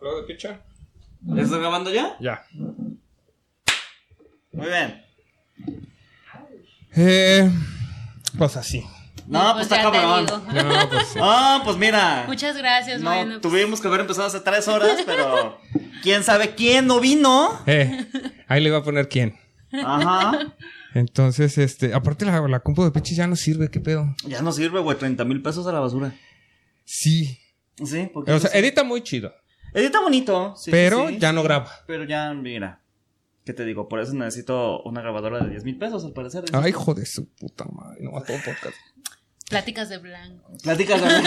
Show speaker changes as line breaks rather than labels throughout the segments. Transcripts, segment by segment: Luego escucha.
¿Ya está grabando ya?
Ya.
Muy bien.
Eh, pues así.
No, pues
Pues
está
ya te
cabrón.
digo.
No, pues sí.
Ah, pues mira.
Muchas gracias,
No,
bueno. pues,
tuvimos que haber empezado hace tres horas, pero quién sabe quién no vino.
Eh, ahí le voy a poner quién.
Ajá.
Entonces, este, aparte la, la compu de pinches ya no sirve, qué pedo.
Ya no sirve, güey, 30 mil pesos a la basura.
Sí.
Sí, porque.
O sea,
pues,
edita muy chido,
edita bonito. sí,
pero
sí, sí.
ya no graba.
Pero ya, mira. ¿Qué te digo? Por eso necesito una grabadora de 10 mil pesos, al parecer.
Ay, hijo de su puta madre, no va todo podcast.
Pláticas de blanco.
Platicas Ay,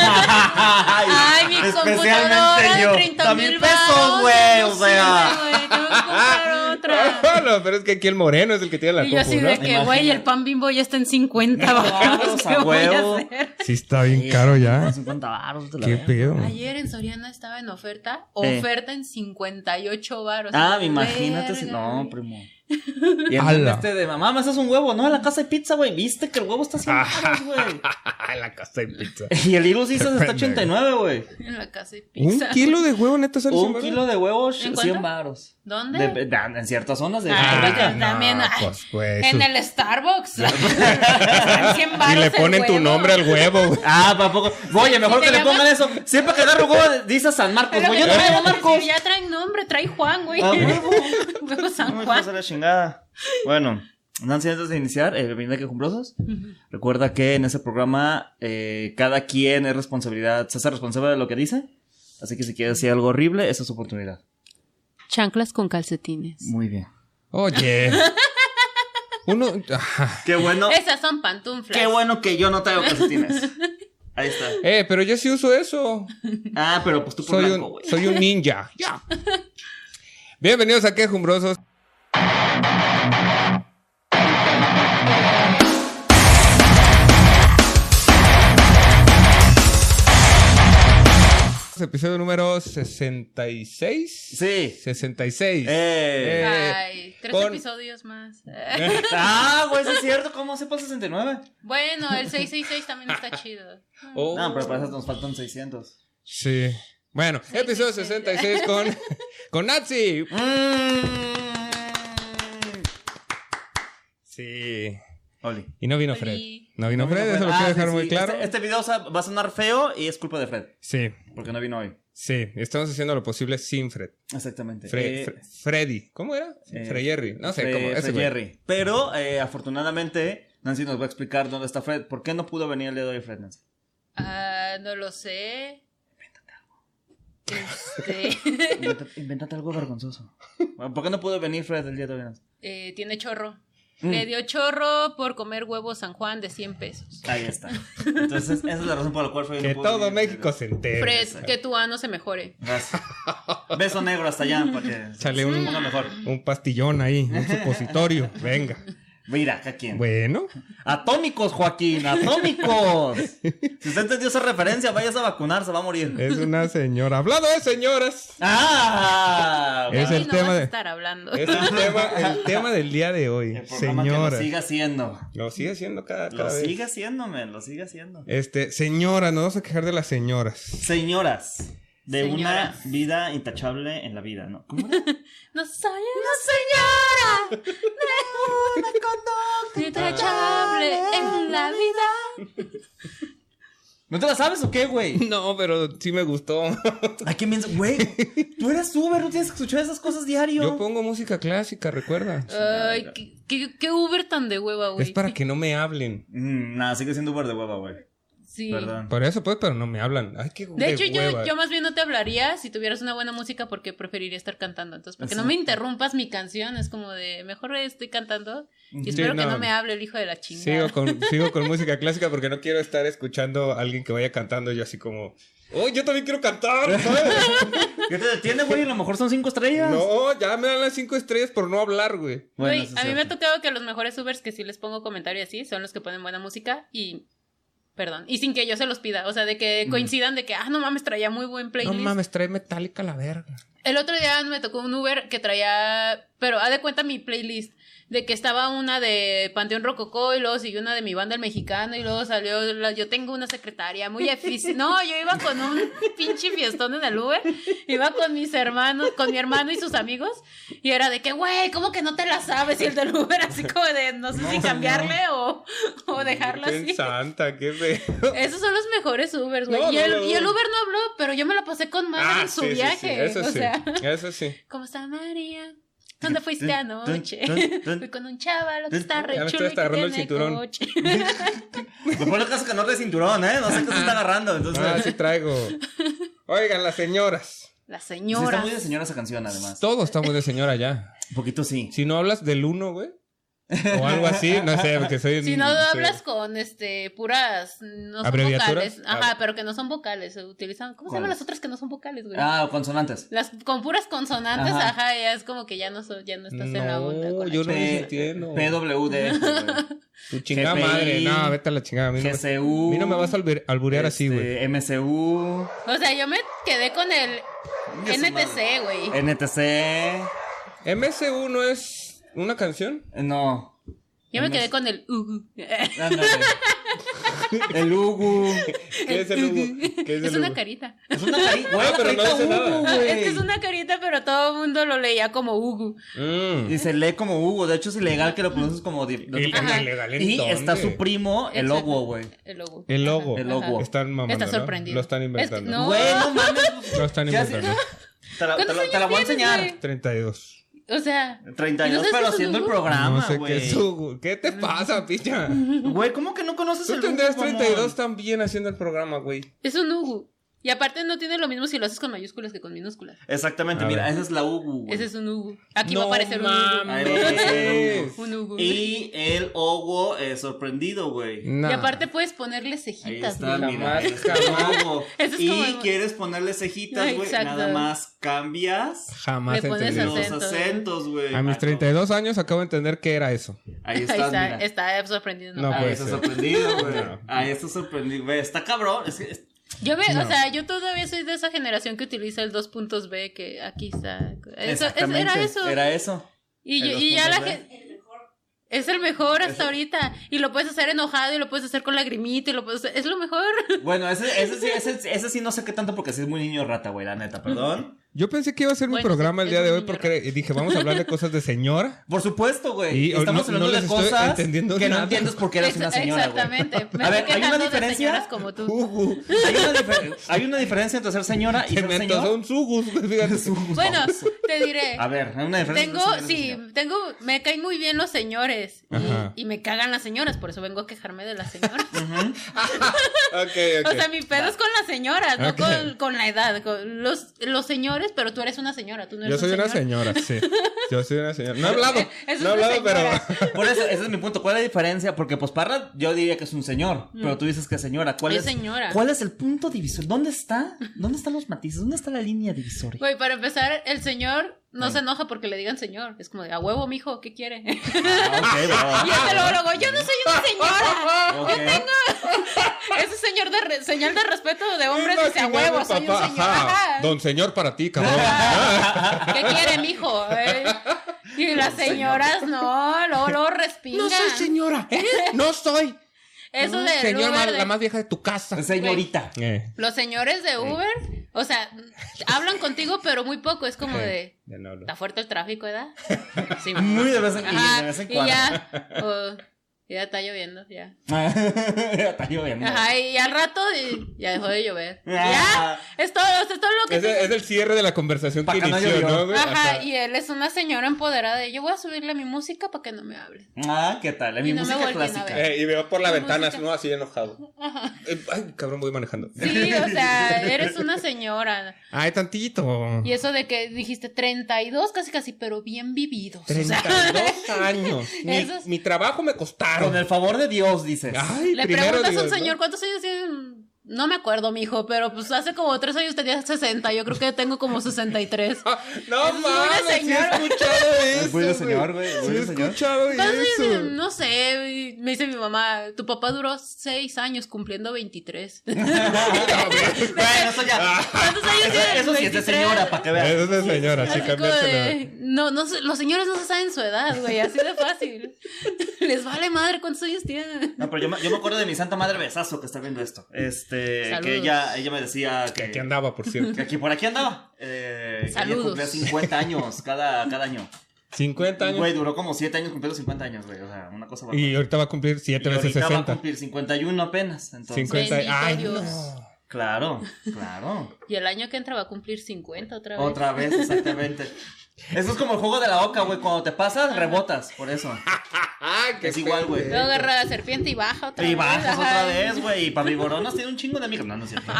Ay, mi computadora de 30 mil
pesos, güey. O sea.
Tengo que comprar otra.
No, pero es que aquí el moreno es el que tiene la
Ah. Y yo
compu,
así de
¿no?
que, güey, el pan bimbo ya está en 50
Claro,
baros.
a
¿Qué voy
huevo.
a hacer?
Sí, está bien caro ya. eh.
50 baros, te la
Qué
veo.
pedo.
Ayer en Soriana estaba en oferta,
Eh.
oferta en 58 baros.
Ah, imagínate si.
Verga,
No,
güey.
primo. Y el
Ala.
este de mamá, me haces un huevo, ¿no? En la casa de pizza, güey. Viste que el huevo está
Ah.
100 baros, güey.
la casa de pizza.
Y el Little Caesars está
pendejo.
89, güey.
En la casa de
Un
pizza.
kilo de huevo neta sale
Un
cien baros?
kilo de huevos,
¿En
100
cuánto?
baros.
¿Dónde?
De- de- en ciertas zonas de
Ah,
Rica.
no, también, ay,
pues, güey,
en
sus-
el Starbucks. Están 100
Y
varos
le
el
ponen tu
huevo.
nombre al huevo, güey.
Ah, tampoco. Oye, mejor
Si
que le
te llamas-
pongan eso. Siempre que agarro huevo, dice San Marcos.
Pero
Güey, yo no
me-
me llamo Marcos.
Si ya traen nombre, trae Juan, güey.
Ah, huevo.
Huevo
No
San
me pasa
Juan.
la chingada. Bueno, Nancy, antes de iniciar, eh, bienvenida que cumplosos. Recuerda que en este programa eh, cada quien es responsabilidad, se hace responsable de lo que dice. Así que si quieres decir algo horrible, esa es su oportunidad.
Chanclas con calcetines.
Muy bien.
Oye. Uno. ajá.
Qué bueno.
Esas son pantuflas.
Qué bueno que yo no traigo calcetines. Ahí está.
Eh, pero yo sí uso eso.
Ah, pero pues tú por
Soy
blanco,
un,
güey.
soy un ninja. Ya. Bienvenidos a Quejumbrosos. Episodio número 66.
Sí.
66.
Eh.
Ay, tres
con-
episodios más. Eh,
Ah, güey, sí es cierto. ¿Cómo se pasa 69?
Bueno, el 666 también está chido.
Oh.
No, pero para eso nos faltan 600.
Sí. Bueno, episodio 66 con, con Nazi.
Mm.
Sí.
Oli.
Y no vino
Oli.
Fred. No vino Fred,
Fred.
eso lo
Ah,
quiero
sí,
dejar
sí.
muy claro.
Este, este video o sea, va a sonar feo y es culpa de Fred,
Sí,
porque no vino hoy.
sí. Estamos haciendo lo posible sin Fred.
Exactamente.
Fre-
Eh,
Fre- Freddy. ¿Cómo era?
eh,
Freyerry. No sé
Fre-
cómo. Ese
Fred
güey.
Jerry. Pero eh, afortunadamente Nancy nos va a explicar dónde está Fred. ¿Por qué no pudo venir el día de hoy Fred, Nancy?
Ah, no lo sé. Este,
Invéntate, invéntate algo vergonzoso. Bueno, ¿Por qué no pudo venir Fred el día de hoy, Nancy?
eh, tiene chorro.
Mm.
Le dio chorro por comer huevo San Juan de 100 pesos.
Ahí está. Entonces, esa es la razón por la cual Fred no
Que
pudo
todo
venir el día de
México
hoy.
se entere.
Fred, que tu ano se mejore.
Gracias. Beso negro hasta allá para que
Chale un,
ponga mejor.
un pastillón ahí, un supositorio. Venga.
Mira, acá quién.
Bueno.
Atómicos, Joaquín, atómicos. Si usted entendió esa referencia, váyase a vacunar, se va a morir.
Es una señora. Hablado de señoras.
¡Ah!
Es
Ahí
el
no
tema
vas a
de- Eh.
estar hablando.
Es el tema, el tema del día de hoy.
El programa que lo
Señoras.
siga haciendo.
Lo sigue haciendo cada,
Lo
cada vez.
sigue haciendo, men, lo sigue haciendo.
Este, señora, nos vamos a quejar de las señoras.
Señoras, de
Señoras.
una vida intachable en la vida, ¿no? ¿Cómo era?
No soy una señora.
Una conducta.
Intachable en la vida.
¿No te la sabes o qué, güey?
No, pero sí me gustó.
¿A quién piensas? Güey, tú eres Uber, no tienes que escuchar esas cosas diario.
Yo pongo música clásica, recuerda.
Ay, qué, qué- qué Uber tan de hueva, Ah, güey.
Es para que no me hablen.
Mm, Nada, sigue siendo Uber de hueva, güey.
Sí.
Perdón.
Por eso pues, pero no me hablan. Ay, qué
De hecho, yo,
hueva.
yo más bien no te hablaría si tuvieras una buena música porque preferiría estar cantando. Entonces, porque no me
Exacto.
interrumpas mi canción, es como de, mejor estoy cantando y
Sí,
espero que
no.
no me hable el hijo de la chingada.
Sigo con, sigo con música clásica porque no quiero estar escuchando a alguien que vaya cantando yo así como, oh, yo también quiero cantar. ¿sabes?
¿Qué te detiene, güey? A lo mejor son cinco estrellas.
no, ya me dan las cinco estrellas por no hablar, güey.
Bueno,
Güey,
eso es
a mí me ha
cierto.
tocado que los mejores Ubers que sí les pongo comentario y así son los que ponen buena música y... Perdón, y sin que yo se los pida, o sea, de que coincidan de que, ah, no mames, traía muy buen
No
playlist.
mames, trae metálica la verga.
El otro día me tocó un Uber que traía, pero haz de cuenta mi playlist, de que estaba una de Panteón Rococó y luego siguió una de mi banda El Mexicano y luego salió, la- yo tengo una secretaria muy eficiente. No, yo iba con un pinche fiestón en el Uber, iba con mis hermanos, con mi hermano y sus amigos y era de que, güey, ¿cómo que no te la sabes? Y el del Uber así como de, no sé si cambiarle o, o dejarlo
Virgen
así.
santa, qué feo.
Esos son los mejores Ubers, güey.
No,
y,
no,
el,
no, no.
y el Uber no habló, pero yo me la pasé con madre en
Ah, sí,
su
sí, sí,
viaje.
Eso
o
sí,
sea.
eso sí.
¿Cómo está María? ¿Dónde fuiste
Dun,
anoche?
dun, dun, dun.
Fui con un chaval que
Dun.
está re
Ya me estoy
chulo y
hasta
que
agarrando el
tiene
cinturón.
coche.
Lo peor del caso es que no trae cinturón, ¿eh? No sé qué se está agarrando. Entonces,
Ah, sí traigo. Oigan, las señoras.
La
Sí, está
señora.
muy de señora esa canción, además.
Todos estamos de señora ya.
Un poquito sí.
Si no hablas del uno, güey. O algo así, no sé, porque soy.
Si no
soy-
hablas con este puras no son
¿Abreviaturas?
vocales,
Ah.
ajá, pero que no son vocales, se utilizan ¿Cómo se llaman
¿Cuáles?
las otras que no son vocales, güey?
Ah, consonantes.
Las con puras consonantes,
Ajá.
ajá, ya es como que ya no so- ya no estás en la onda.
No,
con la
yo no
chingada.
les
P-
entiendo.
PWD.
Tu chingada
GPI,
madre. No, vete a la chingada. A mí no, me-
GCU.
a mí no me vas a albur- alburear así, güey.
este, MCU.
O sea, yo me quedé con el
Ya su madre.
NTC, güey.
NTC. Este.
MSU no es una canción.
No.
Yo me
MS.
quedé con el Ugu.
Ándale. El Ugu.
¿Qué es el Hugo? ¿Qué es el
Es una
Hugo?
carita.
Es una carita.
No, pero no dice nada.
Es que es una carita, pero todo el mundo lo leía como Ugu.
Mm.
Y se lee como Hugo. De hecho, es ilegal que lo pronuncies como. di- de
El-
otra forma.
el ilegal,
y
¿en
está
dónde?
su primo, el
Exacto.
Oguo, güey.
El logo.
El logo.
El logo.
Están mamando.
Está
¿no?
sorprendido.
Lo están
Es que
inventando.
No.
Güey, no mames.
Lo están
Ya sé.
inventando.
Te la, te
¿Cuántos
la- te la
años
voy a
tienes,
enseñar.
güey?
32.
O sea, ¿Y
32,
no sabes
pero
qué es
haciendo el
Hugo?
no
programa,
sé
güey.
qué es su- ¿Qué te pasa, picha?
Güey, ¿cómo que no conoces el
Tú
Hugo,
tendrías
mamón?
32 también haciendo el programa, güey.
es un Ugu. Y aparte no tiene lo mismo si lo haces con mayúsculas que con minúsculas.
Exactamente,
A
mira,
ver.
esa es la Ugu. güey.
Ese es un Ugu. Aquí va
No
a aparecer un
mames.
Ugu.
Ahí va a aparecer el Hugo.
Un Ugu. Y,
Y el Ogo eh, sorprendido, güey.
Nah.
aparte puedes ponerle
Ahí
cejitas.
está,
güey.
mira. ahí está
Jamás,
el Ogo.
Eso es
y
como-
quieres ponerle cejitas,
Ah,
güey.
exacto.
Nada más cambias
Jamás
Le pones
entendí.
los
acento, güey.
acentos, güey.
A mis
Ah,
32 años acabo de entender qué era eso.
no. Ahí
Ahí
estás, mira.
está, está sorprendido. ¿no?
No,
Ahí
puede
está
ser.
sorprendido, güey.
No.
Ahí está sorprendido, güey. Está cabrón. Es que es-
Yo me,
No.
o sea, yo todavía soy de esa generación que utiliza el 2.b que aquí está. Eso, es- era
Exactamente,
eso.
Era eso.
Y,
El
yo- y ya la
2.B.
gente. Es el mejor hasta ahorita. Y lo puedes hacer enojado y lo puedes hacer con lagrimita y lo puedes hacer- Es lo mejor.
Bueno, ese, ese, sí, ese, ese sí no sé qué tanto porque sí es muy niño rata, güey, la neta, perdón.
Yo pensé que iba a ser mi
Bueno,
programa el
es
día
un
de hoy
niño
porque dije, vamos a hablar de cosas de señora.
Por supuesto, güey.
Y no-
Estamos
no
hablando de
les estoy
cosas que
entendiendo
no
nada.
entiendes porque eres una
Ex-
señora, güey.
Exactamente. Me
A
estoy
ver, ¿hay
quejando
una
de
diferencia?
señoras como tú.
Ugu.
Hay una, difer- hay una diferencia entre ser señora y
Se
ser
me
señor.
antojó un sugus, güey, fíjate.
Bueno, te diré.
A ver, hay una diferencia.
Tengo,
entre ser señora y
sí,
ser señor.
tengo, me caen muy bien los señores y-
Ajá.
y, me cagan las señoras, por eso vengo a quejarme de las señoras.
Ok, ok.
O sea, mi pedo es con las señoras, no
Ok.
con, con la edad. con los, los señores, pero tú eres una señora, tú no eres
Yo soy
un
una
señor.
señora, sí. Yo soy una señora. No he hablado.
es
No he
una
hablado,
señora.
pero.
Por eso, ese es mi punto. ¿Cuál es la diferencia? Porque, pues, Parra, yo diría que es un señor, pero tú dices que es señora. ¿Cuál
Mm.
es,
Es señora.
¿Cuál es el punto divisor? ¿Dónde está? ¿Dónde están los matices? ¿Dónde está la línea divisoria?
Güey, para empezar, el señor no
Sí.
se enoja porque le digan señor. Es como de, a huevo, mijo, ¿qué quiere? y
Ah, ok, va, va,
este
va.
luego, luego, yo no soy una señora.
Ok.
Es un señor de re- señal de respeto de hombres dice, a
Imagínate,
huevo, soy un
papá,
señor.
ajá,
Ajá.
Don señor para ti, cabrón.
¿Qué quiere, mijo? Eh, Y las señoras, no, luego, luego respingan.
señora, ¿eh? No soy.
Eso de Uber de-
vieja de tu casa.
Señorita.
Eh,
Los señores de Uber, o sea, hablan contigo, pero muy poco. Es como de,
eh, ya no hablo.
¿está fuerte el tráfico, edad? Sí, mamá.
Muy de vez en, y
Ajá,
de vez en
y
cuando.
ya, oh, ya está lloviendo, ya.
Está lloviendo.
Ajá, y al rato y- ya dejó de llover.
Ah.
Ya, es todo, o sea, es todo lo que...
Es,
tengo.
es el cierre de la conversación
Pa'
que
que no
inició,
llovió.
¿no? güey?
Ajá,
Ajá.
y él es una señora empoderada de, yo voy a subirle mi música para que no me hable.
Ah, ¿qué tal? Mi
Y no me
música
volteen a
clásica.
ver.
Eh, y veo por la
La
ventana,
música.
¿no? Así enojado. Eh, Ay, cabrón, voy manejando.
Sí, o sea, eres una señora.
Ay, tantito.
Y eso de que dijiste 32, casi casi, pero bien vividos. O sea,
32 años. Mi,
Eso es-
mi trabajo me costaron.
Con el favor de Dios, dices.
Ay,
le
primero
preguntas a
Dios,
un
¿no?
señor, ¿cuántos años tiene? No me acuerdo, mijo, pero pues hace como tres años tenía 60. Yo creo que tengo como 63.
Ah, no
Es
mames,
una
sí he
señora.
escuchado eso.
Fui de
güey.
señor, güey,
Sí
fui
he
de señor.
escuchado
Entonces,
eso.
no sé, me dice mi mamá, tu papá duró seis años cumpliendo 23.
Bueno, eso ya.
¿Cuántos años
Ah, Eso,
tienes?
eso sí es de
23.
señora, para que veas.
Es de señora,
Así
sí,
como
cambiárselo.
de, no, no, sé, los señores no se saben su edad, güey, así de fácil. Les vale madre cuántos años tienen.
No, pero yo me, yo me acuerdo de mi santa madre besazo que está viendo esto. Este,
Saludos.
que ella, ella me decía que,
Aquí andaba, por cierto.
que aquí por aquí andaba. Eh, que ella
Saludos.
cumplía 50 años cada, cada año.
50 años.
Güey, duró como 7 años cumpliendo 50 años, güey. O sea, una cosa bárbara.
Y ahorita va a cumplir 7
Y
veces
ahorita va a
60.
cumplir 51 apenas. Entonces,
50.
Bendito
Ay,
Dios.
no.
claro, claro.
Y el año que entra va a cumplir 50 otra vez.
Otra vez, exactamente. Eso es como el juego de la oca, güey. Cuando te pasas, rebotas. Por eso.
Ah,
Es igual, güey.
Luego agarra la serpiente y baja otra
Y
vez.
bajas otra
ajá. Ah.
vez, güey. Y Pablo Boronas tiene un chingo de amigos. No, no es cierto.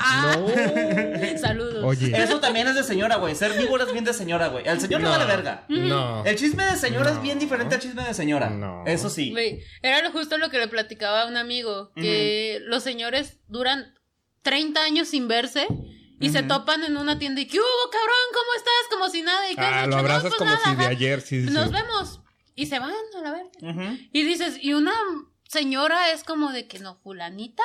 Saludos.
Oye.
Eso también es de señora, güey. Ser víbora es bien de señora, güey. Al señor no.
No.
vale verga.
No.
El chisme de señora es bien
No.
diferente al chisme de señora.
No.
Eso sí.
Güey, era lo- justo lo que le platicaba a un amigo, que los señores duran 30 años sin verse y se
Ujú.
topan en una tienda y ¿qué hubo, cabrón? ¿Cómo estás? Como si nada. ¿Y qué has
Ah,
hecho?
lo
"No,
abrazas
pues
como
nada,
si de
ajá.
ayer, sí, sí.
Nos
sí.
vemos. Y se van a la verga.
Ujú.
Y dices, y una señora es como de que no, fulanita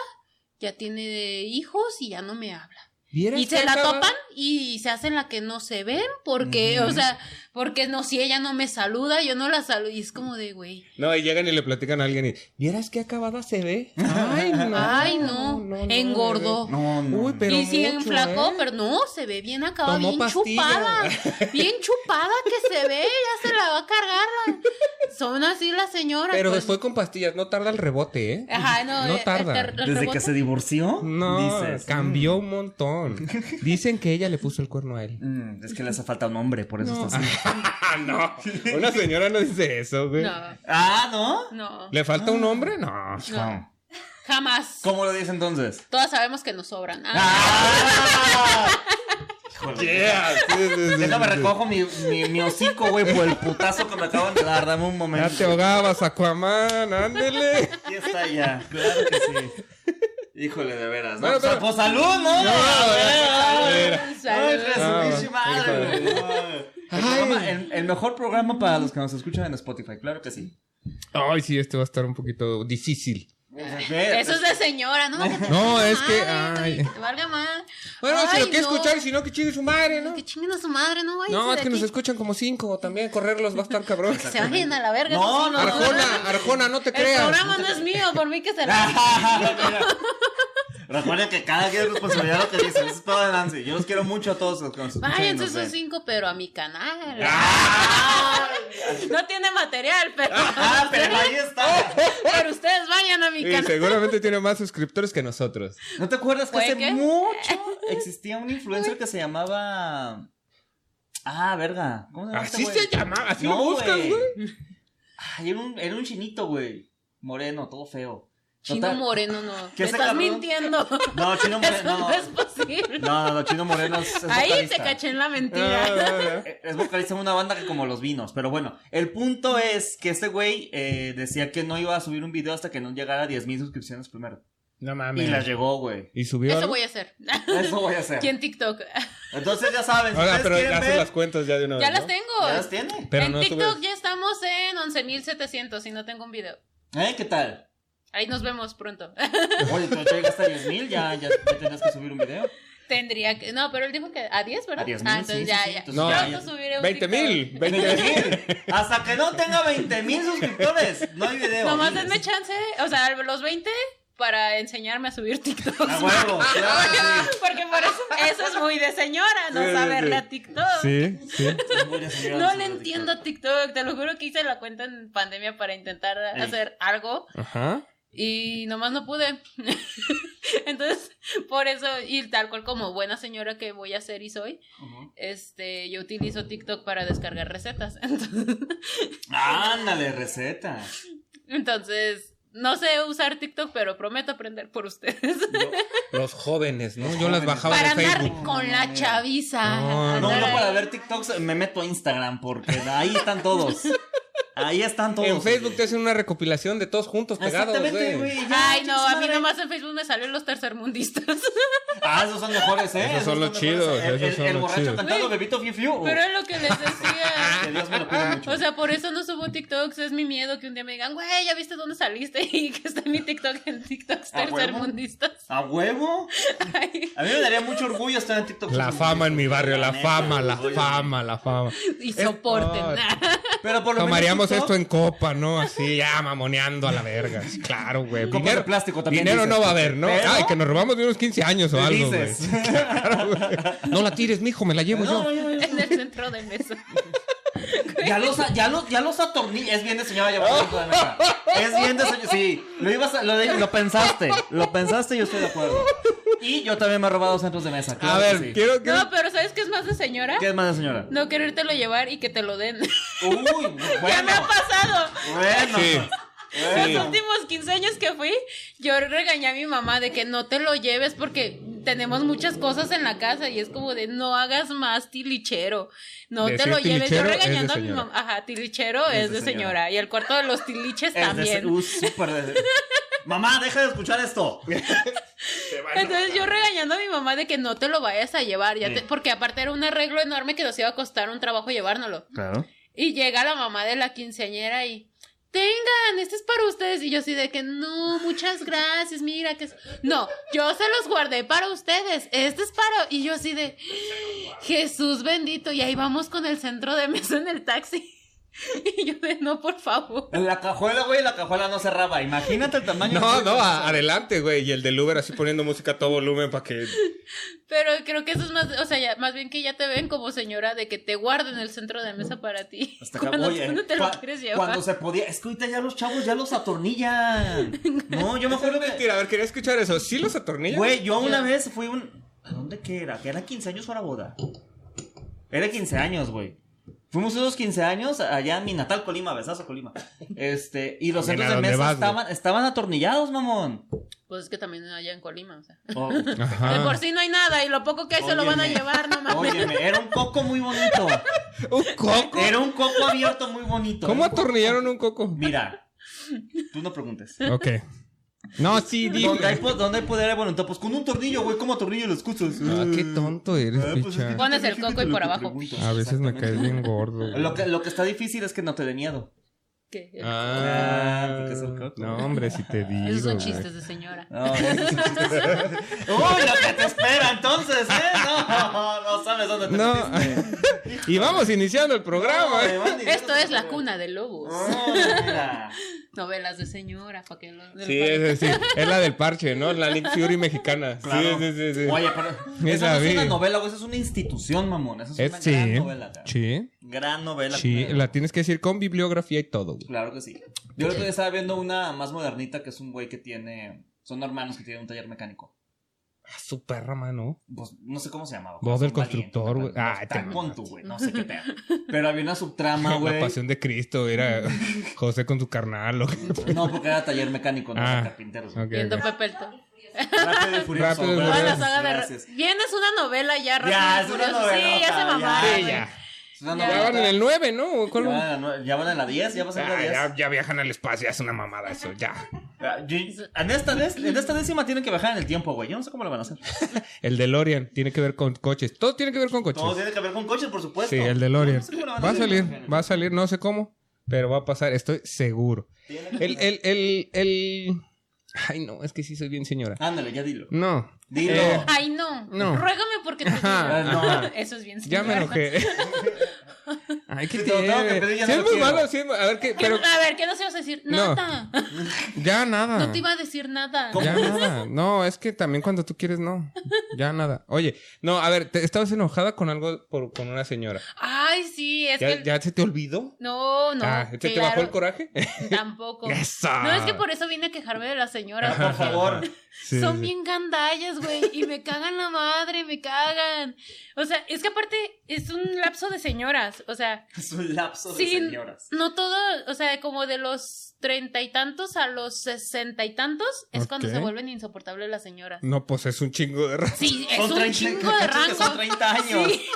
ya tiene hijos y ya no me habla.
¿Vieras
Y
qué
se la
cabrón?
topan y se hacen la que no se ven porque,
Ujú.
o sea, porque no, si ella no me saluda, yo no la saludo. Y es como de, güey.
No, y llegan y le platican a alguien y, ¿vieras qué acabada se ve? Ay, no.
Ay, no, engordó.
No, no.
Uy, pero
y si
mucho,
enflacó,
¿eh?
pero no, se ve bien acabada,
Tomó
bien
pastillas.
chupada. Bien chupada que se ve, ya se la va a cargar. la- Son así las señoras.
Pero
pues.
fue con pastillas, no tarda el rebote, ¿eh?
Ajá, no,
No
eh,
tarda.
el ter- el
Desde
rebote.
que se divorció,
No,
dices.
cambió un montón. Dicen que ella le puso el cuerno a él.
"Mm, es que le hace falta un hombre, por eso
No.
está así.
no, una señora no Ah. dice eso, güey.
No,
Ah, ¿no?
no,
¿Le falta un hombre? No.
No.
jamás.
¿Cómo lo dice entonces?
Todas sabemos que nos sobran. Ah,
¡Ah! Híjole.
Yeah, sí, sí, sí,
Déjame
sí, sí.
recojo mi, mi, mi hocico, güey, por el putazo que me acaban de dar. Dame un
Ya
momento.
te ahogabas, Aquaman, ándele.
Aquí está ya, claro que sí. Híjole, de veras. ¿no?
Bueno,
O sea,
pero-
pues salud, ¿no?
No,
Ay,
mira.
Ay,
salud.
Jesús,
No,
madre.
híjole.
El,
Ay.
programa- el- el mejor programa para los que nos escuchan en Spotify, claro que sí.
Ay, sí, este va a estar un poquito difícil.
Eso es de señora, ¿no? que te
No,
valga
es que-
madre,
ay.
Que te valga más.
Bueno, si
Ay,
lo quieres
no.
escuchar, y si no, que chingue su madre, ¿no?
Que chinguen a su madre, ¿no? Váyanse
No, es
de
que nos
aquí.
escuchan como cinco, también correrlos va a estar cabrón.
Que Se vayan a la verga.
No,
esos
no,
hijos.
Arjona, Arjona, no te
El
creas. Ah,
programa no es mío, por mí que se la...
Recuerden que cada quien es responsabilidad de lo que dice. Eso es todo de Nancy. Yo los quiero mucho a todos los que nos escuchan. y
Váyanse
nos
esos
ven.
cinco, pero a mi canal.
¡Ah!
No tiene material, pero,
Ah, pero ahí está.
pero ustedes vayan a mi
Y
canal.
seguramente tiene más suscriptores que nosotros.
¿No te acuerdas que
¿Fue
hace
qué?
mucho existía un influencer que se llamaba. Ah, verga. ¿Cómo se llama?
Así
este
se
güey?
llama, así
No,
lo buscas, güey.
Ay, era un, era un chinito, güey. Moreno, todo feo.
Chino
Total-
Moreno, no.
Que
Te
ese
estás
cabrón-
mintiendo.
No, chino
Eso
moreno.
no,
No,
es posible.
no, no, no, chino moreno es, es
Ahí
vocalista.
te caché en la mentira.
Ah, ah, ah.
Eh, Es vocalista de una banda que como los vinos. Pero bueno, el punto es que este güey eh, decía que no iba a subir un video hasta que no llegara a 10.000 suscripciones primero.
No
Y las
mames.
llegó, güey.
¿Y subió
Eso
algo?
voy a hacer.
Eso voy a hacer.
Aquí en TikTok.
Entonces ya saben, si
Ahora,
ustedes
pero
quieren
haces
ver,
las cuentas ya de una vez,
Ya
Ah, ¿no?
las tengo.
ya las tiene.
Pero
en
no
TikTok
subes.
ya estamos en 11.700 y no tengo un video.
¿Eh? ¿Qué tal?
Ahí nos vemos pronto.
Oye, tú ya llegaste a 10.000, ya, ya, ya tendrás que subir un video.
Tendría que. No, pero él dijo que a 10, ¿verdad?
A 10.000,
Ah,
sí,
entonces
sí,
ya,
sí.
ya.
Entonces
No,
ya,
Pronto
ya.
subiré un
20 mil,
TikTok.
20 mil.
Hasta que no tenga 20.000 suscriptores, no hay video.
Nomás
Diles.
denme chance. O sea, los 20 para enseñarme a subir TikTok.
A huevo, claro, Ah, sí.
Porque por eso, eso es muy de señora, no
Sí, sí,
saberle
sí.
a TikTok.
Sí, sí.
Voy a subir a
No
subir
le
a
entiendo a TikTok, te lo juro que hice la cuenta en pandemia para intentar
Ey.
hacer algo
Ajá.
y nomás no pude. Entonces, por eso, y tal cual como buena señora que voy a ser y soy,
Ujú.
este, yo utilizo TikTok para descargar recetas. Entonces,
Ándale, receta.
entonces, no sé usar TikTok, pero prometo aprender por ustedes.
Los jóvenes, ¿no?
Los
Yo las
jóvenes.
bajaba
Para
de
andar
Facebook.
con
Ah,
la chaviza.
No,
No,
Andar
Ah, no
ahí.
para ver TikToks, me meto a Instagram porque ahí están todos. Ahí están todos.
En Facebook te
güey.
hacen una recopilación de todos juntos pegados,
Exactamente,
güey.
güey. ya,
Ay, no,
chingas
a mí
madre.
nomás en Facebook me salen los tercermundistas.
Ah, esos son mejores, ¿eh?
Esos son los
mejores.
chidos,
El,
esos
el-
son
el
los
borracho
chidos.
cantando Bebito Fiu Fiu.
Pero es lo que les
Que
decía.
Dios me lo cuide mucho.
Ah, O sea, por eso no subo TikToks. Es mi miedo que un día me digan, güey, ya viste dónde saliste y que está mi TikTok en TikToks
¿A Ah, huevo?
tercermundistas.
¿A huevo?
Ay,
A mí me daría mucho orgullo estar en TikTok.
La fama en mi barrio, la
neta,
fama, la
orgullo.
fama, la fama.
y soporten.
Ah.
Ah,
Pero por lo menos
Tomaríamos
TikTok-
esto en copa, ¿no? Así, ya mamoneando a la verga. Sí, Claro, güey.
Copas de
Dinero-
plástico también
Dinero
dices,
no va a haber, ¿no?
pero-
Ay, que nos robamos de unos 15 años o
Te
algo, güey.
dices.
Claro, güey. No la tires, mijo, me la llevo
No,
yo.
no, no,
en el centro de mesa.
no. Ya los, a- ya los, ya los atornilla. Es bien de señora llevar esto de mesa. Es bien de señora. Sí, lo, ibas a- lo, de- lo pensaste. Lo pensaste y yo estoy de acuerdo. Y yo también me he robado centros de mesa. claro
A
que
ver,
sí.
quiero que...
No, pero ¿sabes qué es más de señora?
¿Qué es más de señora?
No querértelo llevar y que te lo den.
Uy, bueno.
Ya me ha pasado.
Bueno.
Sí.
Los
Bueno.
últimos 15 años que fui, yo regañé a mi mamá de que no te lo lleves porque tenemos muchas cosas en la casa y es como de no hagas más tilichero. No te
Decir
lo lleves. Yo
tilichero es de
regañando a mi
señora.
mamá. Ajá, tilichero es, de señora. Y el cuarto de los tiliches
Es de
también.
se- uh, súper de- Mamá, deja de escuchar esto.
Entonces yo regañando a mi mamá de que no te lo vayas a llevar. ya te- porque aparte era un arreglo enorme que nos iba a costar un trabajo llevárnoslo.
Claro.
Y llega la mamá de la quinceañera y tengan, este es para ustedes. Y yo así de que no, muchas gracias, mira que es... No, yo se los guardé para ustedes, este es para... Y yo así de Jesús bendito. Y ahí vamos con el centro de mesa en el taxi. Y yo de no, por favor.
La cajuela, güey, la cajuela no cerraba. Imagínate el tamaño.
No, no, a- adelante, güey. Y el del Uber así poniendo música a todo volumen para que...
Pero creo que eso es más, o sea, ya- más bien que ya te ven como señora de que te guarden el centro de mesa para ti.
Hasta acá,
cuando
Pues oye,
tú no te
cua-
lo quieres llevar.
Cuando se podía. Es que ahorita ya los chavos ya los atornillan. No, yo me acuerdo que.
Mentira, a ver, quería escuchar eso. ¿Sí los atornillan?
Güey, yo una vez fui un. ¿A dónde que era? Que era 15 años o era boda. Era 15 años, güey. Fuimos unos 15 años allá en mi natal Colima, besazo Colima. Este, y los
También a
centros de
dónde
mesa
vas, güey.
estaban, estaban atornillados, mamón.
Pues es que también allá en Colima, o sea.
Oh,
De por
Ajá.
sí no hay nada y lo poco que hay se lo van a
óyeme,
llevar, no mames.
Óyeme, era un coco muy bonito.
Un coco.
Era un coco abierto muy bonito.
¿Cómo
Era un coco-
atornillaron un coco?
Mira, tú no preguntes.
Ok. No, sí,
¿Dónde hay,
dime.
po- dónde hay poder de voluntad? Pues con un tornillo, güey, ¿cómo atornillo las cosas?
Ah, qué tonto eres,
Ah, pues es
picha.
que-
Pones el coco y por abajo.
A veces me caes
Exactamente.
bien gordo. güey.
Lo que, lo que está difícil es que no te dé miedo.
¿Qué?
Ah,
Ah, porque es el coco.
No, hombre, si te digo.
Esos son
güey.
chistes de señora.
No, es- Uy, lo que te espera entonces, ¿eh? No, no sabes dónde te
No.
metiste.
Y vamos iniciando el programa.
No,
eh.
Iván, ni
Esto
siquiera
es La
te-
Cuna de Lobos.
No, mira.
Novelas de señora, pa' que lo- del
Sí,
padre.
es, sí, es la del parche, ¿no? La Nick Fury mexicana.
Claro.
Sí, sí, sí. sí.
Oye, pero eso
Esa
no es una
vi.
novela, güey, eso es una institución, mamón. Eso es
Es-
una
sí. ¿eh?
gran novela. cara.
Sí.
Gran novela.
Sí,
cara.
la tienes que decir con bibliografía y todo. güey.
Claro que sí. Yo el otro día estaba viendo una más modernita que es un güey que tiene. Son hermanos que tienen un taller mecánico.
Ah, su perra, mano.
Pues no sé cómo se llamaba.
Voz del
Son valientes,
constructor, güey.
tal-
Ah,
tal-
te
pon tú, güey. No sé qué pedo. Pero había una subtrama,
La
güey.
pasión de Cristo era José con su carnal. o-
No, porque era taller mecánico, no
Ah,
era carpinteros.
ok,
Viendo
ok.
Pepe el Toro.
Rápido y furioso.
Rápido y
güey.
Toda la
Gracias,
saga de-
Gracias.
Vienes una novela ya, Rápido
Ya,
y
es una
Furioso. Sí,
novelota,
ya se
ya.
mamaron.
Sí, ya.
Es una
Ya.
Ya
novelota.
van en el 9, ¿no? ¿Cuál-
Ya van en la- Ya van en la 10, ya pasan la
Ah,
10.
ya, ya viajan al espacio, ya es una mamada eso, ya.
Ah, yo- En esta, des- en esta décima tienen que bajar en el tiempo, güey. Yo no sé cómo lo van a hacer.
El DeLorean tiene que ver con coches. Todo tiene que ver con coches.
Todo tiene que ver con coches, por supuesto.
Sí, el DeLorean.
No sé cómo lo van
Va a
hacer.
salir, va a salir, no sé cómo, pero va a pasar, estoy seguro.
Tiene que-
El, el, el, el... Ay, no, es que sí soy bien señora.
Ándale, ya dilo.
No.
Dilo.
Eh,
Ay, no.
No.
Ruégame porque te
Ajá,
digo.
ajá.
Eso es bien
ya me
señora.
enojé. Ay, qué
Sí, te lo tengo que pedir,
tiene.
ya
Sí
no
es
lo
muy
quiero.
malo, sí es mu- A ver, qué,
¿Qué-
pero
a ver, ¿qué nos ibas a decir?
No. Ah.
Nada.
ya nada.
No te iba a decir nada.
¿Cómo?
Ya nada. No, es que también cuando tú quieres, no. Ya nada. Oye, no, a ver, te, estabas enojada con algo por, con una señora.
Ay, sí, es
¿Ya,
que.
ya se te olvidó?
No, no.
ah, ¿se te
claro,
bajó el coraje?
Tampoco.
Eso.
No, es que por eso vine a quejarme de las señoras.
Por
porque-
favor.
Sí,
Son
sí.
bien gandallas, güey, y me cagan la madre, me cagan. O sea, es que aparte es un lapso de señoras, o sea,
Es un lapso de
Sí.
señoras.
no todo, o sea, como de los treinta y tantos a los sesenta y tantos es cuando
Ok.
se vuelven insoportables las señoras.
No, pues es un chingo de ra-
Sí, es
Son
un
30
chingo de
cachos que
rango.
Son 30 años.
Sí.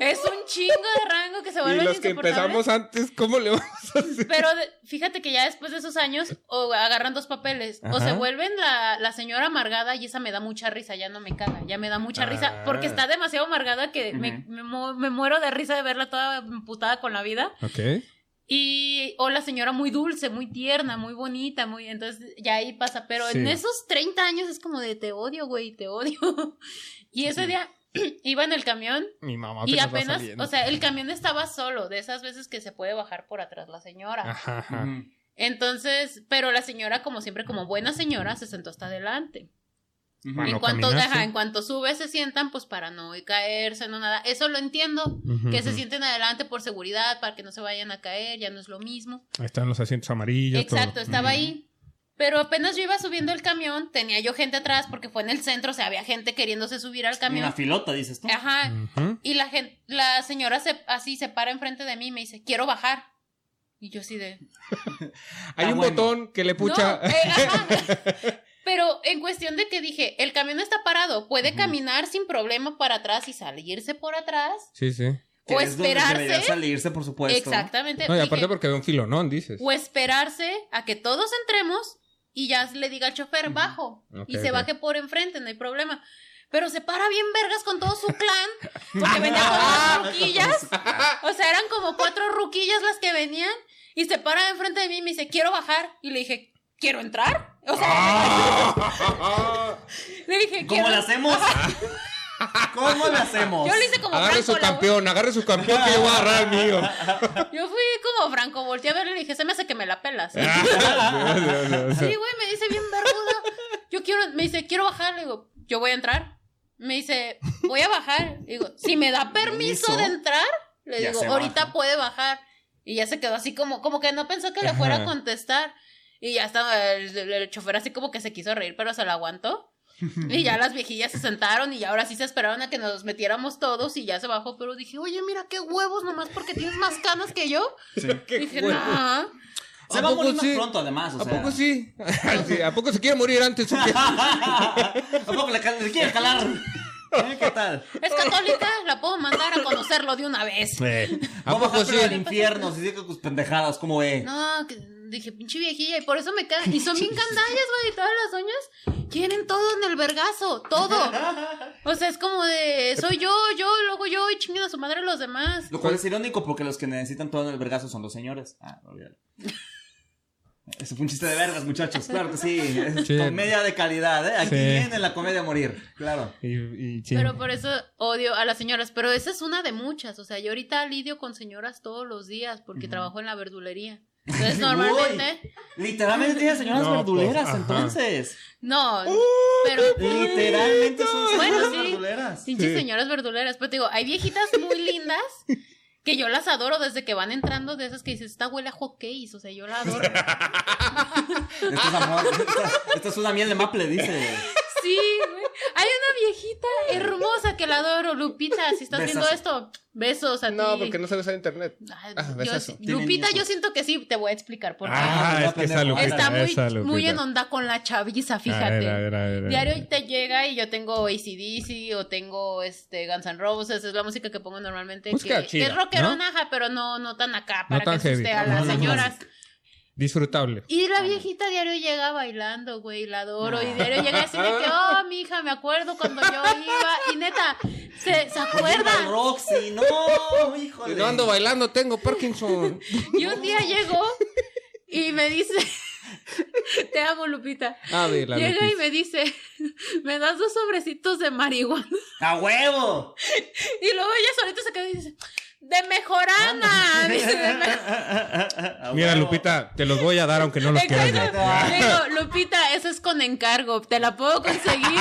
Es un chingo de rango que se se
Y
vuelven
los que
insoportables.
empezamos antes, ¿cómo le vamos a hacer?
Pero de- fíjate que ya después de esos años o agarran dos papeles o se
Ajá.
vuelven la, la señora amargada y esa me da mucha risa, ya no me caga, ya me da mucha
Ah.
risa porque está demasiado amargada que me,
Ujú.
me mu- me muero de risa de verla toda emputada con la vida.
Ok.
Y o la señora muy dulce, muy tierna, muy bonita, muy entonces ya ahí pasa, pero en
Sí.
esos 30 años es como de te odio, güey, te odio. Y ese día iba en el camión
Mi mamá
y
va
apenas,
saliendo.
o sea, el camión estaba solo, de esas veces que se puede bajar por atrás la señora.
Ajá, ajá.
Ujú.
Entonces, pero la señora, como siempre, como buena señora, se sentó hasta adelante.
Ujú.
Bueno,
en, cuanto,
caminaste.
ajá, en cuanto sube, se sientan, pues para no caerse, no nada. Eso lo entiendo.
Ujú,
Que se
ujú.
sienten adelante por seguridad, para que no se vayan a caer, ya no es lo mismo.
Ahí están los asientos amarillos. todo.
Exacto, estaba
Ujú.
ahí. Pero apenas yo iba subiendo el camión, tenía yo gente atrás porque fue en el centro, o sea, había gente queriéndose subir al
En la
camión.
filota, dices tú.
Ajá.
Ujú.
Y la gente, la señora se, así se para enfrente de mí y me dice, quiero bajar. Y yo así de,
Hay un
bueno.
botón que le pucha.
No, eh, ajá. Pero en cuestión de que dije, el camión está parado, puede
Ujú.
caminar sin problema para atrás y salirse por atrás
Sí, sí.
Que
o
es donde debería
esperarse.
salirse, por supuesto.
Exactamente.
No, y
dije,
aparte porque ve un filonón, dices.
O esperarse a que todos entremos y ya le diga al chofer
Ujú.
bajo
Ok,
y se
ok.
baje por enfrente, no hay problema. Pero se para bien vergas con todo su clan, porque venía con las ruquillas. O sea, eran como cuatro ruquillas las que venían y se para enfrente de mí y me dice, quiero bajar. Y le dije, ¿quiero entrar? O sea,
Ah.
Le dije,
¿Cómo
quiero.
la hacemos? ¿Cómo la hacemos?
Yo le hice como
agarre
Franco.
su
la-
campeón, agarre su campeón que yo voy a agarrar al mío.
Yo fui como Franco, volteé a verle y le dije, se me hace que me la pelas. Sí, güey, me dice bien vergudo. Yo quiero, me dice, quiero bajar. Le digo, yo voy a entrar. Me dice, voy a bajar. Le digo, si me da permiso
Permiso.
de entrar, le
Ya
digo,
se
ahorita
baja.
puede bajar. Y ya se quedó así como, como que no pensó que le
Ajá.
fuera a contestar. Y ya estaba el, el chofer así como que se quiso reír, pero se lo aguantó. Y ya las viejillas se sentaron y ya ahora sí se esperaron a que nos metiéramos todos y ya se bajó, pero dije, oye, mira qué huevos nomás porque tienes más canas que yo.
Sí.
dije,
huevos.
nah.
Se
¿A
va a
poco
morir más
sí?
pronto, además. O
¿A
sea.
poco sí? Sí, ¿A poco se quiere morir antes? o qué?
¿A poco le, cal- le quiere calar? ¿Eh? ¿Qué tal?
Es católica, la puedo mandar a conocerlo de una vez.
¿A
Vamos a
poco
bajar
sí?
primero al infierno si sigue con tus pendejadas, ¿cómo ve?
No, que- dije, pinche viejilla, y por eso me caen. Y son bien candallas, güey, todas las doñas quieren todo en el vergazo, todo. O sea, es como de, soy yo, yo, luego yo, y chinguen a su madre los demás.
Lo cual es irónico porque los que necesitan todo en el vergazo son los señores. Ah, olvídalo. Eso fue un chiste de vergas, muchachos. Claro que sí. Es
Sí.
Comedia de calidad, ¿eh? Aquí
Sí.
viene la comedia a morir. Claro.
Y- y sí.
Pero pues, por eso odio a las señoras. Pero esa es una de muchas. O sea, yo ahorita lidio con señoras todos los días porque trabajo en la verdulería. Entonces, normalmente.
Literalmente tiene señoras
No, pues,
verduleras,
ajá.
entonces.
No, pero.
Literalmente son
Bueno,
señoras
sí.
verduleras.
Pinches
Sí.
señoras verduleras. Pero te digo, hay viejitas muy lindas que yo las adoro desde que van entrando de esas que dices, esta huele a hotcakes. O sea, yo la adoro.
Esto es amor. Esta, esta es una miel de maple, dice.
Sí, güey. Hay una viejita hermosa que la adoro. Lupita, si estás viendo
Besazo.
esto, besos a ti.
No, porque no sabes usar internet.
Ay,
Ah,
yo
besazo.
sí-
Tienen
Lupita,
nietos.
yo siento que sí, te voy a explicar por qué.
Ah,
Ah,
no,
es que esa
pendejo.
Lupita.
Está muy,
esa Lupita.
muy en onda con la chaviza,
A
fíjate.
ver, a ver, a ver, a ver.
Diario te llega y yo tengo ACDC o tengo este Guns N' Roses, es la música que pongo normalmente.
Música
que,
chida,
que es rockerona,
¿no?
ajá, pero no, no tan acá,
No
para
tan
que asuste
heavy.
a las
Ajá.
señoras.
Disfrutable.
Y la viejita diario llega bailando, güey, la adoro. Y
Ah.
diario llega así de que, oh, mija, me acuerdo cuando yo iba. Y neta, se, se acuerda.
Roxy, no, híjole.
No ando bailando, tengo Parkinson.
Y un día llegó y me dice, te amo, Lupita.
A ver, la
Llega y
Lupita.
me dice, me das dos sobrecitos de marihuana.
¡A huevo!
Y luego ella solita se queda y dice, de mejorana. Dice, de mejorana.
A
Mira,
huevo.
Lupita, te los voy a dar aunque no los quieras
Exacto.
ver.
ya.
Le digo, Lupita, eso es con encargo. Te la puedo conseguir,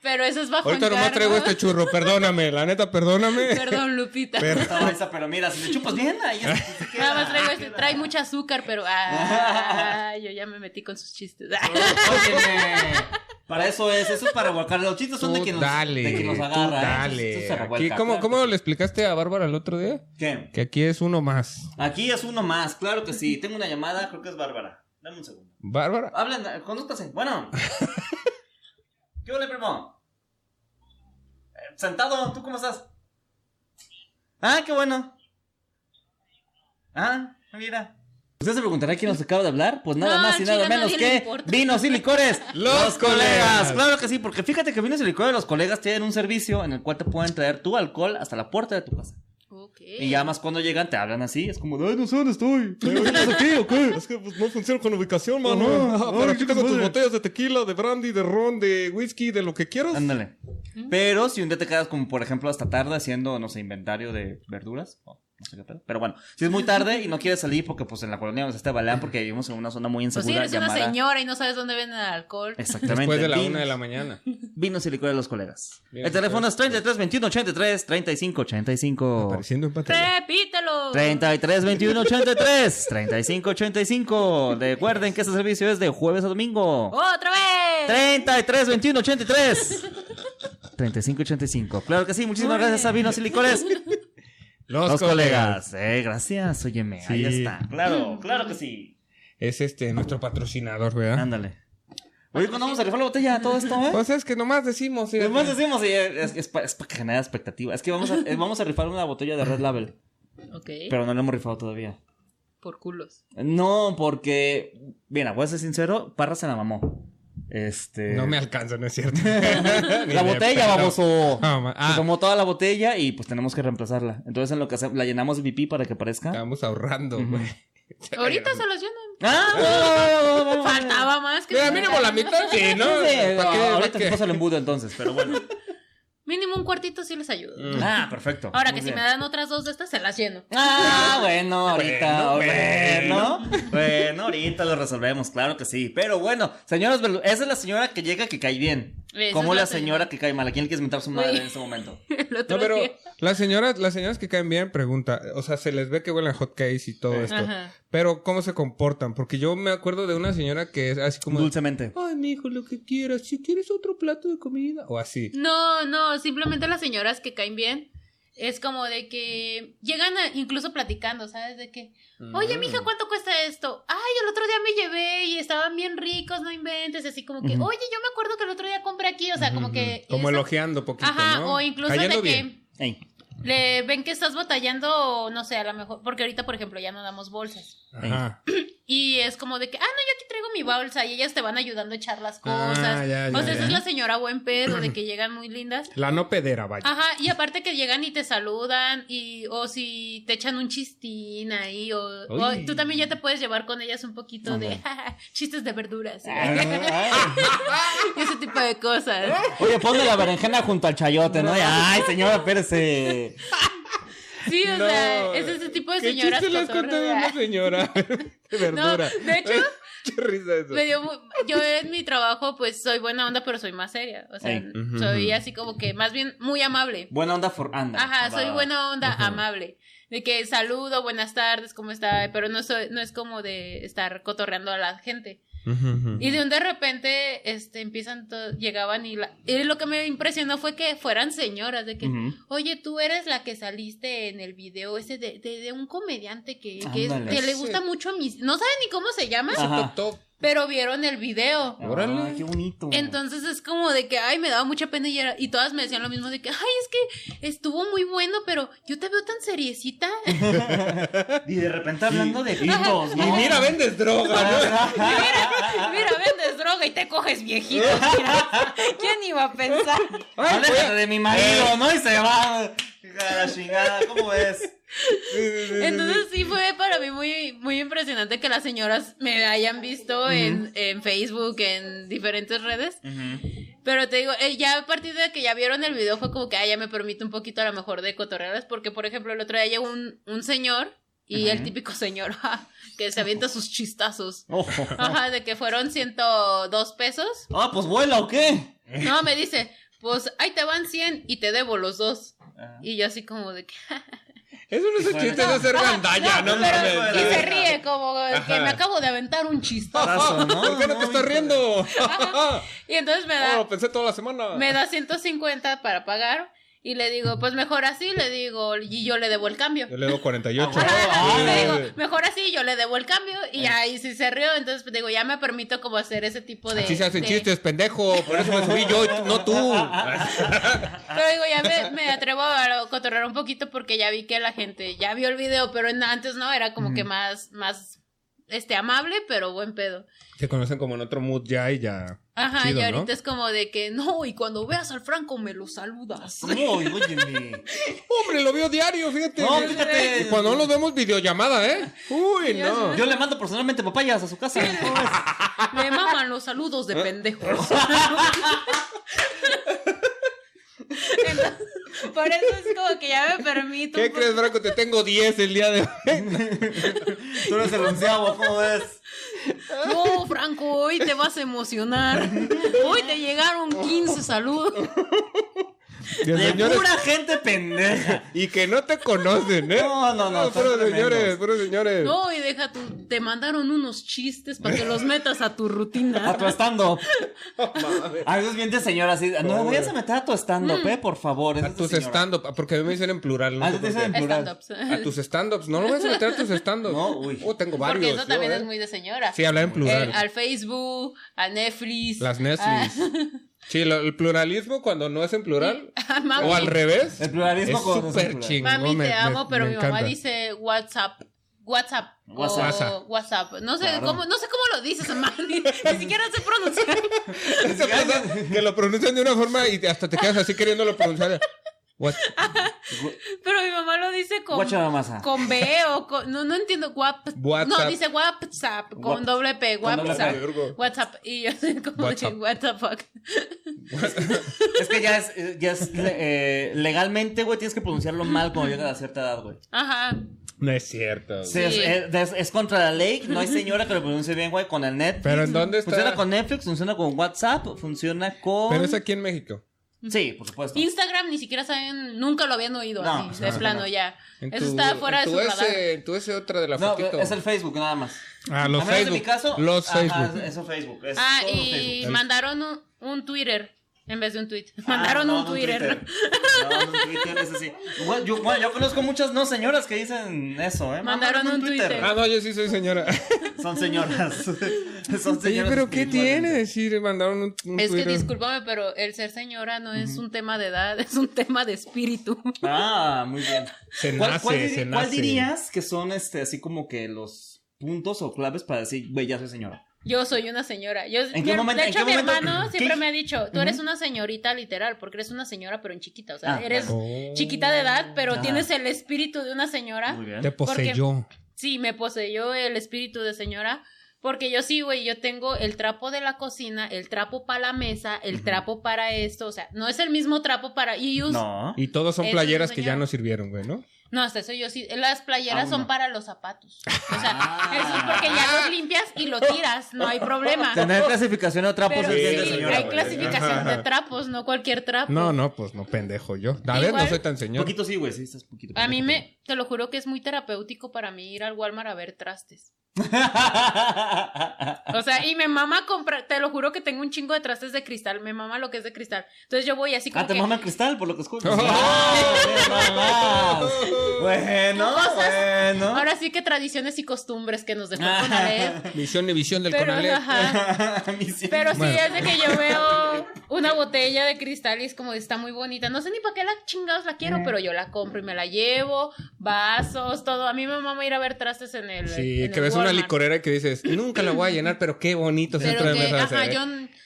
pero eso es bajo
Ahorita
encargo.
nomás traigo este churro, perdóname, la neta, perdóname.
Perdón, Lupita.
Per-
Estaba esa, pero mira, si le chupas bien, ahí es- se queda.
Nada más traigo este. Trae mucho azúcar, pero. ah, yo ya me metí con sus chistes.
Óyeme, Para eso es, eso es para revolcar. Los chistes son de
Tú
quien nos,
dale,
de quien nos
tú
agarra. ¿eh? Eso
dale.
se revuelca,
Aquí, ¿cómo,
claro
¿Cómo
que
le explicaste a Bárbara el otro día?
sí. ¿Qué?
Que aquí es uno más.
Aquí es uno más, claro que sí. Tengo una llamada, creo que es Bárbara. Dame un segundo.
Bárbara.
Hablen, condúctase. Bueno. ¿Qué hola, primo? Eh, Sentado, ¿tú cómo estás? Ah, qué bueno. Ah, mira. Usted se preguntará quién nos acaba de hablar. Pues nada
No,
más y
al
nada
chile a
menos
nadie le
que
importa.
vinos y licores.
Los colegas.
Claro que sí, porque fíjate que vinos y licores, los colegas tienen un servicio en el cual te pueden traer tu alcohol hasta la puerta de tu casa.
Ok.
Y ya más cuando llegan te hablan así. Es como, ay, no sé dónde estoy. ¿Estás aquí o qué?
Es que pues, no funciona con ubicación, mano.
Ajá.
Ah,
Ay,
pero
qué
aquí tengo tus
madre.
botellas de tequila, de brandy, de ron, de whisky, de lo que quieras.
Ándale. Pero si un día te quedas como, por ejemplo, hasta tarde haciendo, no sé, inventario de verduras. o no sé qué pedo. Pero bueno, si es muy tarde y no quieres salir porque pues en la colonia nos está balean porque vivimos en una zona muy
Pues
insegura
si eres
llamada...
una señora y no sabes dónde venden el alcohol.
Exactamente.
Después de la
Vinos-
una de la mañana.
Vinos y licores de los colegas.
Bien,
el teléfono
pues,
es 33 21 83 35 85.
Apareciendo en pantalla.
Repítelo.
33 21 83 35 85. Recuerden que este servicio es de jueves a domingo.
Otra vez.
33 21 83 35 85. Claro que sí, muchísimas
Muy
gracias a Vinos y Licores.
Los,
Los colegas. Eh, gracias, óyeme, ahí
Sí.
está. Claro, claro que sí.
Es este, nuestro patrocinador, ¿verdad?
¿Ah? Ándale. Oye, ¿cuándo vamos a rifar la botella? Todo esto, ¿eh?
Pues es que nomás decimos. eh,
Además decimos, y es, es pa- es para generar expectativa. Es que vamos a, eh, vamos a rifar una botella de Red Label,
Ok.
pero no la hemos rifado todavía.
Por culos.
No, porque, mira, voy a ser sincero, Parra se la mamó. Este...
Eh, No me alcanza, ¿no es cierto? Ni
La
de
botella,
pedo.
baboso.
Ah, ma-
Se
ah,
tomó toda la botella y pues tenemos que reemplazarla. Entonces en lo que hacemos, la llenamos de pipí para que parezca.
estamos ahorrando,
Ujú.
güey.
Ahorita se los llenan.
¡Ah! bueno, bueno, bueno, bueno, bueno.
Faltaba más que.
Mira, mínimo la mitad, sí, ¿no? ¿Para
Sí,
qué? ¿Para
ahorita
qué?
te paso el embudo entonces, pero bueno.
Mínimo un cuartito sí les ayudo.
Mm,
Ah, perfecto.
Ahora
Muy
que si
bien.
me dan otras dos de estas, se las lleno.
Ah, bueno, ahorita,
Bueno,
bueno, bueno, ahorita lo resolvemos, claro que sí. Pero bueno, señoras, velu- esa es la señora que llega que cae bien.
Esa
Como
es
la
la
señora que cae mal. ¿A quién le quieres mentar su madre
Uy.
en este momento?
El otro
No, pero
día.
las señoras, las señoras que caen bien, pregunta, o sea, se les ve que huelen a hot cakes y todo esto.
Ajá.
Pero, ¿cómo se comportan? Porque yo me acuerdo de una señora que es así como...
Dulcemente.
Ay, mijo, lo que quieras. Si quieres otro plato de comida. O así.
No, no, simplemente las señoras que caen bien. Es como de que llegan a- incluso platicando, ¿sabes? De que, Mm. oye,
Mm.
mija, ¿cuánto cuesta esto? Ay, el otro día me llevé y estaban bien ricos, no inventes. Así como que,
Ujú.
oye, yo me acuerdo que el otro día compré aquí, o sea, como que.
Mm. Como
esa-
elogiando poquito,
Ajá,
¿no?
o incluso
Cayendo
de que.
bien.
Ey.
Le ven que estás batallando, no sé, a lo mejor, porque ahorita, por ejemplo, ya no damos bolsas.
Ajá.
Y es como de que, ah, no, yo aquí traigo mi bolsa y ellas te van ayudando a echar
Ah,
las cosas.
ya,
o
ya,
sea, esa
ya.
es la señora buen pedo, de que llegan muy lindas.
La no pedera, vaya.
Ajá, y aparte que llegan y te saludan, y, o si te echan un chistín ahí, o, o
Uy.
tú también ya te puedes llevar con ellas un poquito de chistes de verduras,
Ah,
y ese tipo de cosas.
Oye, ponle la berenjena junto al chayote, ¿no? Y, Ay, señora, espérese.
Sí, o
No,
sea, es ese tipo de
¿Qué
señoras
chiste le has
cotorras,
contado a
¿verdad?
una señora? de verdura.
No, de hecho-
Qué risa eso.
Me dio mu- yo en mi trabajo pues soy buena onda, pero soy más seria. O sea,
Ey.
Ujú,
soy
ujú.
así como que más bien muy amable.
Buena onda for anda.
Ajá, soy
Va.
buena onda,
Ujú.
amable. De que saludo, buenas tardes, ¿cómo está? Pero no, soy, no es como de estar cotorreando a la gente.
Ujú, ujú.
Y de un de repente este, empiezan, to- llegaban y, la- y lo que me impresionó fue que fueran señoras, de que,
Ujú.
oye, tú eres la que saliste en el video ese de, de- de un comediante que, que, es-
Ándale.
que le gusta mucho a mis... No saben ni cómo se llama,
Ajá.
Top.
pero vieron el video.
Órale.
Ah, qué bonito.
Entonces es como de que, ay, me daba mucha pena y, era- y todas me decían lo mismo de que, ay, es que estuvo muy bueno, pero yo te veo tan seriecita.
Y de repente hablando de gritos, ¿no?
Y mira, vendes droga, ¿no?
Mira, vendes droga y te coges viejito. mira. ¿Quién iba a pensar?
Ay, voy
Aléjate
a-
de mi marido, ¿no? Y se va. Hija de la chingada, ¿cómo es?
Entonces sí fue para mí muy, muy impresionante que las señoras me hayan visto en, en Facebook, en diferentes redes. Pero te digo, eh, ya a partir de que ya vieron el video fue como que, ah, ya me permite un poquito a lo mejor de cotorrearlas, porque por ejemplo el otro día llegó un, un señor y el
Ajá.
típico señor ja, que se avienta sus chistazos.
Ojo.
Ajá, de que fueron 102 pesos.
Ah, pues vuela o qué?
No, me dice, pues ahí te van 100 y te debo los dos.
Ah.
Y yo así como de que...
Eso no es un
Bueno.
chiste de hacer gandalla, no,
Ah, pero-
mames.
bueno,
Y se
bueno.
ríe como que me
Ajá.
acabo de aventar un chistazo.
Brazo, ¿no?
¿Por qué no te estás
hijo de-
riendo?
Ah,
Oh,
Y entonces me
No,
da,
lo pensé toda la semana.
me da 150 para pagar. Y le digo, pues mejor así, le digo, y yo le debo el cambio.
Yo le debo 48.
Ajá, ajá,
Sí. Eh.
le digo, mejor así, yo le debo el cambio. Y ahí sí se rió. Entonces, pues, digo, ya me permito como hacer ese tipo de.
Así se hacen
de-
chistes, pendejo. Por eso me subí yo, no tú.
Pero digo, ya me, me atrevo a cotorrear un poquito porque ya vi que la gente ya vio el video, pero en- antes no, era como que más, más, este, amable, pero buen pedo.
Se conocen como en otro mood ya y ya.
Ajá,
Chido,
y ahorita
¿no?
es como de que, no, y cuando veas al Franco me lo saludas.
No, óyeme.
Hombre, lo veo diario, fíjate.
No, fíjate.
Y cuando no los vemos videollamada, ¿eh? Uy,
Ya
no.
Yo le mando personalmente papayas a su casa.
Me maman los saludos de pendejos. Entonces, por eso es como que ya me permito.
¿Qué
un
crees, Franco? Te tengo 10 el día de hoy.
Tú eres el onceavo, ¿cómo ves?
No, Franco, hoy te vas a emocionar. Hoy te llegaron 15 saludos.
De
De
señores.
pura gente pendeja.
Y que no te conocen, ¿eh?
No, no, no, son
puros
tremendos.
señores, puros señores.
No, y deja tu. Te mandaron unos chistes para que los metas a tu
A
rutina.
tu stand-up. A veces bien de Ah, señora así. No me vayas a meter a tu
Mm.
stand-up, eh, por favor. es
A
de
tus
señora.
stand-up. ah, Porque a mí me dicen en plural, no
Ah,
sé
te
por
dicen
qué.
en plural.
Stand-ups.
A tus stand-ups. No lo vas a meter a tus stand-ups.
No, uy.
Oh, tengo varios.
Porque eso también
yo,
es
¿eh?
muy de señora.
Sí, hablar en plural.
Eh, al Facebook, a Netflix. Ah,
Las Netflix. Sí, lo- el pluralismo cuando no es en plural.
a- a mami.
O al revés.
El pluralismo
Es
cuando es en
súper
plural.
chingón.
Mami,
me-
te
me-
amo, pero
me
mi mamá
encanta.
dice WhatsApp. WhatsApp. o
WhatsApp.
WhatsApp. No sé,
Claro.
cómo, no sé cómo lo dices, man. Ni, ni siquiera sé pronunciar.
Esa cosa que lo pronuncian de una forma y hasta te quedas así queriéndolo pronunciar. What-
Ah, Pero mi mamá lo dice con,
Guacha mamasa.
con B o con. No, no entiendo. Wap,
WhatsApp.
No, dice WhatsApp. Con
Whats-
doble P.
con doble
WhatsApp.
P. Vergo.
WhatsApp. Y yo soy como
WhatsApp.
de what the fuck.
Es que ya es, eh, ya es le- eh, legalmente, güey, tienes que pronunciarlo mal cuando llegas a cierta edad, güey.
Ajá.
No es cierto. güey.
Sí, Es,
Sí.
es- es- es contra la ley, no hay señora que lo pronuncie bien, güey, con el Netflix.
Pero ¿en dónde está?
Funciona con Netflix, funciona con WhatsApp, funciona con...
Pero es aquí en México.
Sí, por supuesto.
Instagram ni siquiera saben. Nunca lo habían oído
No, pues,
así. De
no,
plano
no.
ya.
En
Eso
tu-
está fuera
en
de
tu
su radar.
ese, En tu ese otra de la
No,
fotito.
es el Facebook nada más.
Ah, los
a menos en
Facebook.
mi caso...
los
ajá,
Facebook.
eso Facebook. es
Ah,
todo
y
Facebook.
mandaron un, un Twitter en vez de un tweet.
Ah,
Mandaron
no,
un
no
Twitter.
No, no, un Twitter, eso sí. Güey, yo, bueno, yo conozco muchas no señoras que dicen eso, ¿eh?
Mandaron un Twitter.
Ah, no, yo sí soy señora.
Ah, Son señoras. Son señoras.
Oye, pero ¿qué
espiritualmente.
tiene decir? Mandaron un, un
Es que
Twitter.
discúlpame, pero el ser señora no es un tema de edad, es un tema de espíritu.
Ah, muy bien.
Se
¿Cuál,
nace,
cuál diri-
se
cuál
nace.
dirías que son este así como que los puntos o claves para decir, güey, ya soy señora?
Yo soy una señora. Yo,
qué
mi her-
momento-
de
en
hecho,
qué
mi
momento-
hermano
qué-
siempre me ha dicho, tú
Ujú.
eres una señorita literal, porque eres una señora, pero en chiquita. O sea,
Ah,
eres
Oh.
chiquita de edad, pero
Ajá.
tienes el espíritu de una señora.
Muy
Te
bien.
poseyó.
Sí, me poseyó el espíritu de señora. Porque yo sí, güey, yo tengo el trapo de la cocina, el trapo para la mesa, el trapo para esto. O sea, no es el mismo trapo para. Y us- no.
No.
Y todos son
Eso es
playeras que ya
señora.
no sirvieron, güey, ¿no?
hasta eso yo sí. Las playeras
Aún
son
no.
para los zapatos. O sea,
Ah.
eso es porque ya los limpias y lo tiras, no hay problema.
Tener clasificación de otra
Pero
sí,
posición de
sí,
señora.
hay
güey.
clasificación
Ajá.
de trapos, no cualquier trapo.
No, no, pues no pendejo yo. A ver, no
Ah, Igual-
soy tan
Un
señor.
poquito sí, güey, sí, estás poquito.
A mí me, te lo juro que es muy terapéutico para mí ir al Walmart a ver trastes.
Ah,
O sea, y me mama comprar, te lo juro que tengo un chingo de trastes de cristal, me mama lo que es de cristal. Entonces yo voy así como
Ah, te
que
mama el cristal, por lo que escucho.
Oh.
Bueno, bueno.
ahora sí que tradiciones y costumbres que nos dejó
Ah.
Conalep.
Visión y visión del
Pero
Conalep.
ajá.
Misión.
Ah. Pero sí
Bueno.
es de que yo veo una botella de cristal y es como está muy bonita. No sé ni para qué la chingados la
Eh.
quiero, pero yo la compro y me la llevo, vasos, todo. A mí me mama ir a ver trastes en el
Sí,
en
que
el
ves una
Walmart.
licorera que dices, nunca la voy a llenar, pero qué bonito centro
Pero
de
que,
mesa. se
ajá,
ve".
yo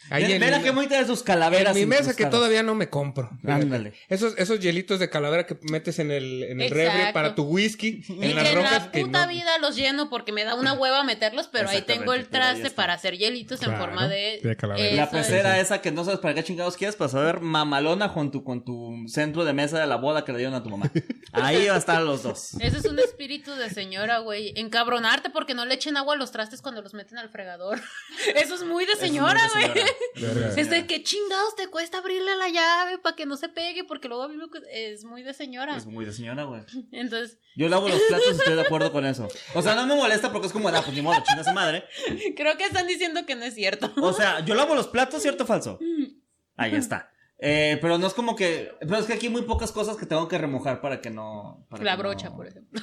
Ahí
Mira-
¿eh? en
mira
mi-
qué bonita de sus
en
calaveras.
mi mesa que
incrustadas.
todavía no me compro. Fíjate.
Ándale.
Esos, esos hielitos de calavera que metes en el, en el
Exacto.
refri para tu whisky,
y
en
que
las
en
rojas
la
que
puta
no-
vida los lleno porque me da una hueva meterlos, pero ahí tengo el
Exactamente, pero ahí
traste
está.
para hacer hielitos en
Claro,
forma de,
de calavera.
La
Eso es.
pecera esa que no sabes para qué chingados quieres para saber mamalona con tu, con tu centro de mesa de la boda que le dieron a tu mamá. Ahí va a estar los dos.
Ese es un espíritu de señora, güey. Encabronarte porque no le echen agua a los trastes cuando los meten al fregador. Eso es muy de señora,
Eso es muy de
güey.
señora.
Es
Eh.
de que chingados te cuesta abrirle la llave para que no se pegue porque luego a mí me cu- es muy de señora.
Es muy de señora, güey.
Entonces,
Yo lavo los platos y estoy de acuerdo con eso. O sea, no me molesta porque es como, ah, pues ni modo, chinga su madre.
creo que están diciendo que no es cierto.
O sea, yo lavo los platos, ¿cierto o falso? Ahí está. Eh, pero no es como que. Pero es que aquí hay muy pocas cosas que tengo que remojar para que no. para
La
que
brocha,
no-
por ejemplo.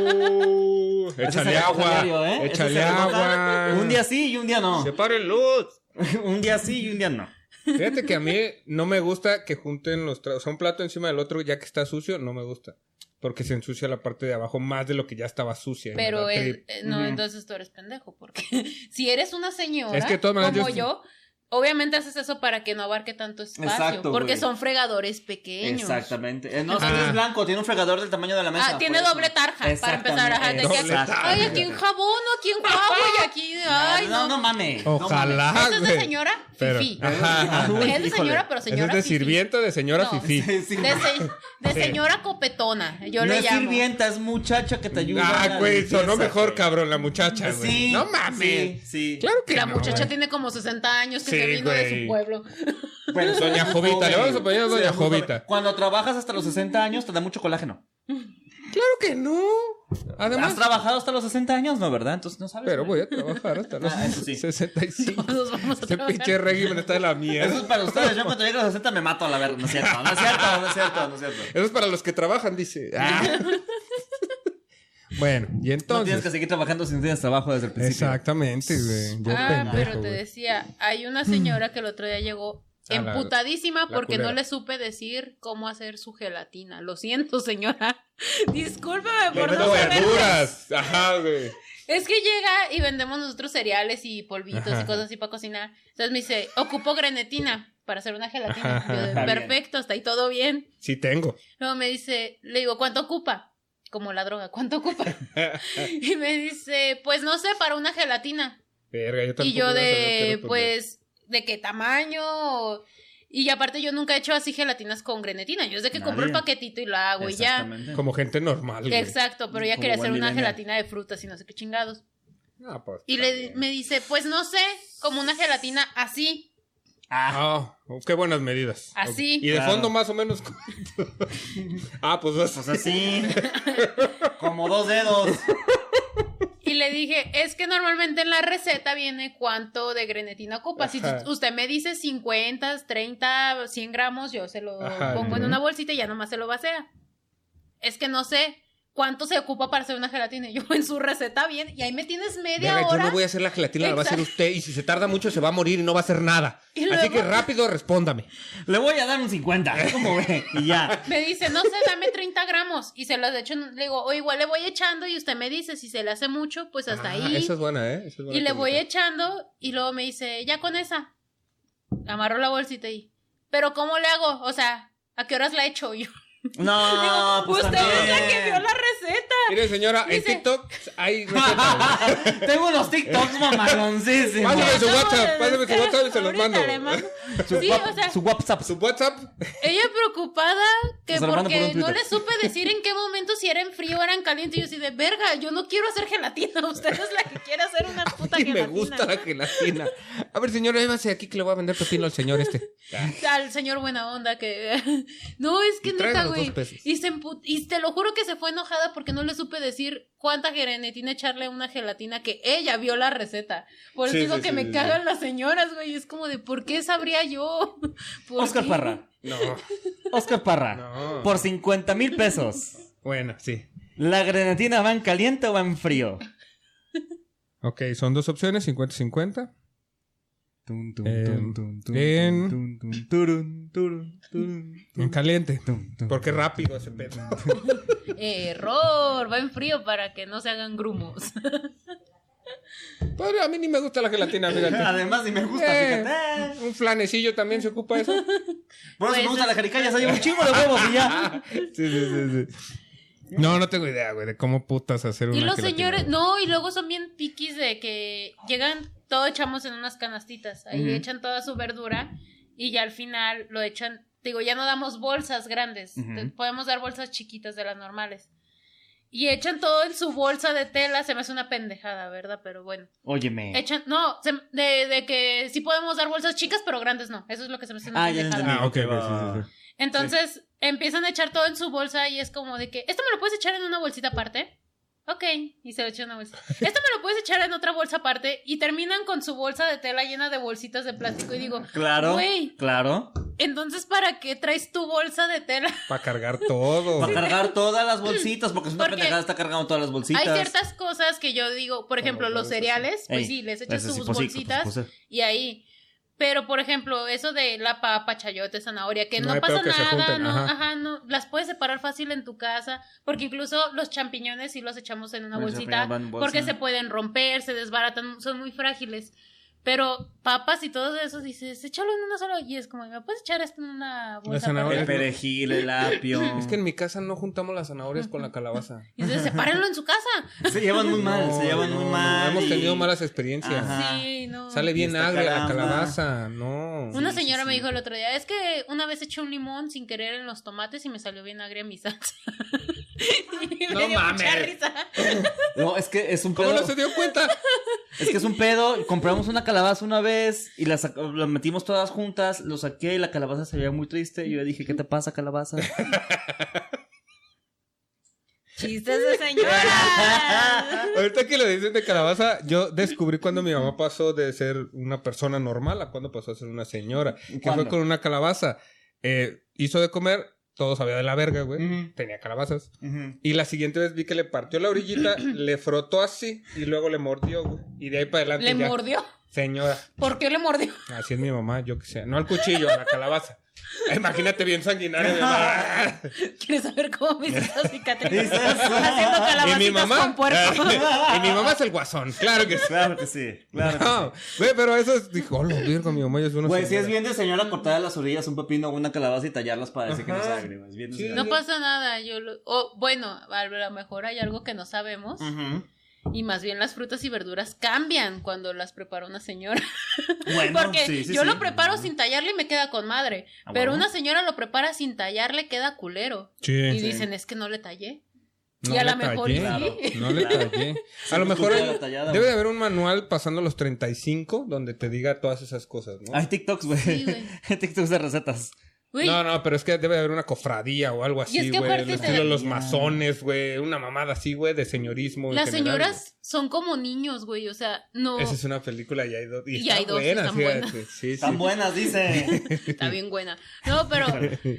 ¡Uh!
Ese
échale
se-
agua.
diario, ¿eh? Ese
Échale
se remoja
agua.
Un día sí y un día no.
Separen luz.
un día sí y un día no.
Fíjate que a mí no me gusta que junten los tragos. O sea, un plato encima del otro, ya que está sucio, no me gusta. Porque se ensucia la parte de abajo más de lo que ya estaba sucia. y me
Pero
da
es,
trip.
eh, no,
Ujú.
entonces tú eres pendejo, porque si eres una señora
Es que de todas maneras
como
yo-
yo, obviamente haces eso para que no abarque tanto espacio,
Exacto,
porque
güey.
son fregadores pequeños.
Exactamente. Eh, no, es que
Ah.
es blanco, tiene un fregador del tamaño de la mesa.
Ah, tiene
por eso.
doble tarja, para empezar. Ajá, de
Exactamente.
que,
Doble tarja.
ay, aquí en jabón, aquí en guagua y aquí. Ay,
no,
no.
no mames. no
Ojalá.
Eso es de
güey.
señora
Pero-
fifí.
Ajá, ajá.
Es de señora, pero
Ese
señora
es de
fifí.
sirvienta de señora
No.
fifí.
mames. Sí, sí.
De, se- de
Sí.
señora copetona, yo
no
le
es
llamo.
sirvienta, es muchacha que te ayuda. en
Ah,
la
güey,
limpieza,
sonó mejor,
güey.
cabrón, la muchacha, güey.
Sí.
no mames.
Sí, sí.
Claro que
La
no,
muchacha
güey.
tiene como 60 años que
Sí,
se vino de
güey.
su pueblo.
Bueno,
Doña
muy
Jovita,
joven.
le vamos a poner a Doña
muy joven.
Jovita.
Cuando trabajas hasta los 60 años, te da mucho colágeno.
Claro que no. Además,
¿Has trabajado hasta los 60 años? No, ¿verdad? Entonces no sabes.
pero
güey.
voy a trabajar hasta los
Ah, eso sí.
65.
Todos vamos a
Ese
trabajar.
pinche régimen está de la
Eso es
mierda.
para ustedes. Yo cuando llego a los 60 me mato a la verga. No es cierto, no es cierto, no es cierto, no es cierto.
Eso es para los que trabajan, dice. Ah. bueno, y
no tienes
entonces.
que seguir trabajando si no tienes trabajo desde el principio.
Exactamente, güey. Yo
Ah,
pendejo,
pero te
güey.
decía, hay una señora que el otro día llegó
A la-
emputadísima
la
porque
culera.
no le supe decir cómo hacer su gelatina. Lo siento, señora. Discúlpame
Le
por
meto
no saber.
verduras. Ajá, güey.
Es que llega y vendemos nosotros cereales y polvitos
Ajá.
y cosas así para cocinar. Entonces me dice, ocupo grenetina para hacer una gelatina.
Ajá.
Yo de,
Está bien.
perfecto, está ahí todo bien.
Sí tengo.
Luego me dice, le digo, ¿cuánto ocupa? Como la droga, ¿cuánto ocupa? y me dice, pues no sé, para una gelatina.
Verga, yo tampoco
Y yo
voy a saber qué
de,
responder.
pues, ¿de qué tamaño? Y aparte yo nunca he hecho así gelatinas con grenetina. Yo es de que compro el
Nadie.
paquetito y la hago y ya.
Exactamente.
Como gente normal, güey.
Exacto, pero ella
Como
quería
buen
hacer una
millennial.
gelatina de frutas y no sé qué chingados.
Ah, pues,
Y
está
le,
bien.
me dice, pues no sé, como una gelatina así.
Ah,
Ah, qué buenas medidas.
Así.
Ok. Y de
Claro.
fondo más o menos. ¿cuánto? ah, pues vas.
pues así. Como dos dedos.
Y le dije, es que normalmente en la receta viene cuánto de grenetina ocupa. Si
Ajá.
usted me dice 50, 30, 100 gramos, yo se lo
Ajá,
pongo en
ujú.
una bolsita y ya nomás se lo vacía. Es que no sé cuánto se ocupa para hacer una gelatina. Y yo en su receta bien, y ahí me tienes media
Verga, yo
hora.
no voy a hacer la gelatina, la va a hacer
Exacto.
usted. Y si se tarda mucho, se va a morir y no va a hacer nada.
Y
Así
luego-
que rápido, respóndame.
Le voy a dar un 50. ¿Cómo ve? Y ya.
Me dice, no sé, dame 30 gramos. Y se los echo, en- le digo, o igual le voy echando y usted me dice, si se le hace mucho, pues hasta
Ah,
ahí.
Esa es buena, ¿eh? Esa es buena
Y le voy
técnica.
echando y luego me dice, ya con esa. Amarro la bolsita y, pero ¿cómo le hago? O sea, ¿a qué horas la echo yo?
No, pues
Usted es la que vio
también.
la receta.
Mire, señora, en
Dice-
TikTok hay recetas.
Tengo unos TikToks mamaloncísimos.
Pásame su
Acabo de
WhatsApp, pásame su
descargar.
WhatsApp y se los
Ahorita
mando.
le mando.
Su
Sí,
wap-
o sea,
Su WhatsApp.
Su WhatsApp.
ella preocupada que
Se lo mando
porque
por un
no
Twitter.
le supe decir en qué momento si era en frío o era en caliente. Y yo así de, verga, yo no quiero hacer gelatina. Usted es la que quiere hacer una puta
Y me
gelatina.
gusta la gelatina. A ver, señora, llévase aquí que le voy a vender pepino al señor este.
al señor buena onda que no es que
Y tráeme
neta
los
güey
dos pesos.
y se empu- y te lo juro que se fue enojada porque no le supe decir cuánta grenetina echarle a una gelatina que ella vio la receta por eso
Sí,
digo
sí,
que
sí,
me
sí,
cagan las señoras güey es como de por qué sabría yo ¿Por
Oscar
qué?
Parra.
No,
Oscar Parra.
no.
Por 50 mil pesos.
Bueno, sí.
¿La grenetina va en caliente o va en frío?
Ok, son dos opciones, 50-50.
Tun, tun,
Eh,
tun, tun, tun,
en-
tun, tun, turun, turun, turun,
En
tun,
caliente.
tun, tun.
Porque rápido ese pedo.
error va en frío para que no se hagan grumos
Pero a mí ni me gusta la gelatina, fíjate.
Además, si me gusta,
Eh.
fíjate.
Un flanecillo también se ocupa eso.
Por eso
Pues,
me gusta la jericaya, se lleva un chingo de huevos y ya.
Sí, sí, sí, sí. No, no tengo idea, güey, de cómo putas hacer una
y los
gelatina,
señores
güey.
no y luego son bien piquis de que llegan todo echamos en unas canastitas ahí
Ujú.
echan toda su verdura y ya al final lo echan digo ya no damos bolsas grandes
Ujú.
te- podemos dar bolsas chiquitas de las normales y echan todo en su bolsa de tela se me hace una pendejada verdad pero bueno
Óyeme.
echan no se- de, de que sí podemos dar bolsas chicas pero grandes no eso es lo que se me hace una
Ah, ya
pendejada
entendí.
Ah, ok,
Ok,
ok,
va.
sí, sí, sí.
entonces empiezan a echar todo en su bolsa y es como de que, ¿esto me lo puedes echar en una bolsita aparte? Ok, y se lo echan en una bolsa. ¿Esto me lo puedes echar en otra bolsa aparte? Y terminan con su bolsa de tela llena de bolsitas de plástico y digo,
Claro,
Güey.
claro.
Entonces, ¿para qué traes tu bolsa de tela?
Para cargar todo.
Para
güey.
cargar todas las bolsitas, porque es una
Porque
pendejada estar cargando todas las bolsitas.
Hay ciertas cosas que yo digo, por
Como
ejemplo, los
huevos,
cereales, pues
Ey,
sí, les echas
esas sí,
sus
pues sí,
bolsitas
pues, pues,
y ahí. Pero, por ejemplo, eso de la papa, chayote, zanahoria, que
No
no,
hay pedo
pasa
que se
nada,
junten,
no,
ajá.
ajá. no, las puedes separar fácil en tu casa, porque incluso los champiñones sí los echamos en una
Los
bolsita,
champiñones Pues, van en bolsa.
porque se pueden romper, se desbaratan, son muy frágiles. Pero papas y todo eso, dices, échalo en una sola, y es como, ¿me puedes echar esto en una bolsa? para-
zanahoria.
El perejil, el apio.
Es que en mi casa no juntamos las zanahorias con la calabaza.
Y dices, sepárenlo en su casa.
Se llevan muy mal,
No,
se llevan
no,
muy
no,
mal.
Hemos
y-
tenido malas experiencias.
Ajá.
Sí, no.
Sale bien
Y esta
agria la
caramba.
calabaza, no.
Una
Sí, sí,
señora me
sí.
dijo el otro día, es que una vez eché un limón sin querer en los tomates y me salió bien agria mi salsa. y me
No
dio mucha
mames.
risa.
No, es que es un
¿Cómo
pedo.
no se dio cuenta?
Es que es un pedo. Compramos una calabaza una vez y la, sac- la metimos todas juntas. Lo saqué y la calabaza se veía muy triste. Y yo le dije, ¿qué te pasa, calabaza?
Chistes de señora.
Ahorita que lo dicen de calabaza, yo descubrí cuando mi mamá pasó de ser una persona normal a cuando pasó a ser una señora. Que
¿Cuándo?
fue con una calabaza. Eh, hizo de comer, todo sabía de la verga, güey.
Ujú.
Tenía calabazas.
Ujú.
Y la siguiente vez vi que le partió la orillita, le frotó así y luego le mordió, güey. Y de ahí para adelante.
¿Le
ya,
mordió?
Señora.
¿Por qué le mordió?
Así es mi mamá, yo que sé. No al cuchillo, a la calabaza. Imagínate bien sanguinaria mi mamá.
¿Quieres saber cómo me hizo esa cicatriz?
Dices.
Haciendo
Y
calabacitas
mi
con
mamá.
puerco.
y mi mamá es el guasón, claro que sí.
Claro que sí, claro. que sí.
No, güey, pero eso es, dijo, hola, virgo, mi mamá ya es una
Güey, si es
señora".
bien de señora cortar las orillas un pepino o una calabaza y tallarlas para decir que no es
Ajá.
agrio. Es bien de
Sí.
señora.
No pasa nada, yo lo- o, bueno, a lo mejor hay algo que no sabemos
Ujú.
y más bien las frutas y verduras cambian cuando las prepara una señora.
Bueno,
Porque
sí, sí,
yo
sí.
lo preparo sin tallarle y me queda con madre.
Ah,
pero
bueno.
una señora lo prepara sin tallar, le queda culero. y
Sí.
dicen, es que no le tallé.
No
y a
le
lo mejor
tallé.
Claro.
sí.
No le tallé. A lo
es
mejor
culpa
hay-
de la tallada,
debe de
güey.
haber un manual pasando los 35 donde te diga todas esas cosas, ¿no?
Hay TikToks, güey.
Sí, güey.
Hay TikToks de recetas.
Güey,
No, no, pero es que debe de haber una cofradía o algo
Y es
así,
que
güey.
aparte
el
se-
estilo de los masones, güey. Una mamada así, güey, de señorismo. en
las
general,
señoras son como niños, güey. O sea, no.
güey. Esa es una película y hay dos. Y,
Y
están
hay dos,
buenas,
están
fíjate.
buenas.
Sí, sí.
Tan buenas, dice.
Está bien buena. No, pero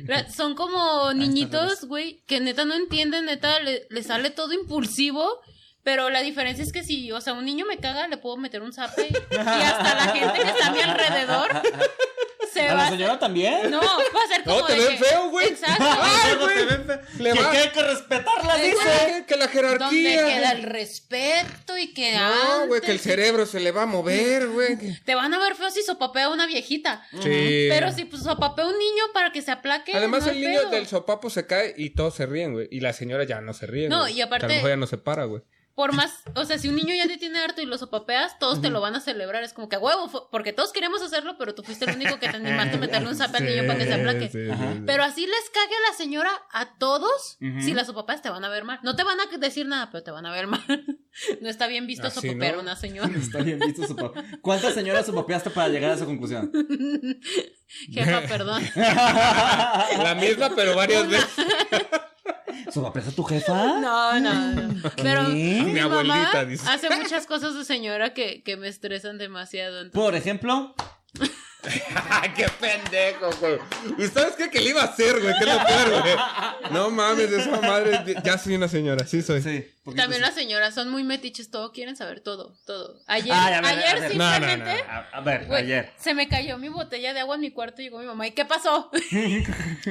la- son como niñitos, güey, que neta no entienden, neta le, le sale todo impulsivo. Pero la diferencia es que si, o sea, un niño me caga, le puedo meter un zape. Y hasta la gente que está a mi alrededor se
A
va
la señora también.
No, va a ser
No,
como
te
de
ven
que-
feo, güey. Ah,
Exacto.
¡Ay,
No, no
güey!
te ven fe-
Le
que,
va.
que hay que respetarla,
Le-
dice.
Güey, Que la
Donde
jerarquía.
queda el respeto y que
No, güey,
antes
que el cerebro se le va a mover, güey.
Te van a ver feo si sopapea una viejita.
Sí.
Pero si pues, sopapea un niño para que se aplaque.
Eh. Además,
no
el
hay
niño
pedo.
del sopapo se cae y todos se ríen, güey. Y la señora ya no se ríe.
No,
güey.
y aparte-
A lo mejor ya no se para, güey.
Por más, o sea, si un niño ya te tiene harto y lo sopapeas, todos te lo van a celebrar. Es como que a huevo, fue- porque todos queremos hacerlo, pero tú fuiste el único que te animaste a meterle un zape al niño para que se aplaque.
sí, sí,
Ajá.
sí.
Pero así les cague a la señora a todos.
Ujú.
Si las sopapeas te van a ver mal. No te van a decir nada, pero te van a ver mal. No está bien visto
Así,
sopapear
¿no?
a una señora.
Está bien visto su papá. ¿Cuántas señoras sopapeaste para llegar a esa conclusión?
Jefa, perdón.
La misma, pero varias veces.
¿Sopapeaste a tu jefa?
No, no, no. Pero
¿Qué?
Mi abuelita, dice.
hace muchas cosas de señora que, que me estresan demasiado. entonces-
Por ejemplo,
¡Ay, ¡Qué pendejo, güey! ¿Y sabes qué? Que le iba a hacer, güey. ¿Qué es lo peor, güey? No mames, esa madre. Ya soy una señora, sí soy.
sí. porque- pues,
También las señoras son muy metiches, todo quieren saber todo, todo. Ayer,
Ay, Ah, a ver,
ayer
a ver.
No, no, no, no.
simplemente
A, a ver,
güey,
ayer.
se me cayó mi botella de agua en mi cuarto y llegó mi mamá. ¿Y qué pasó?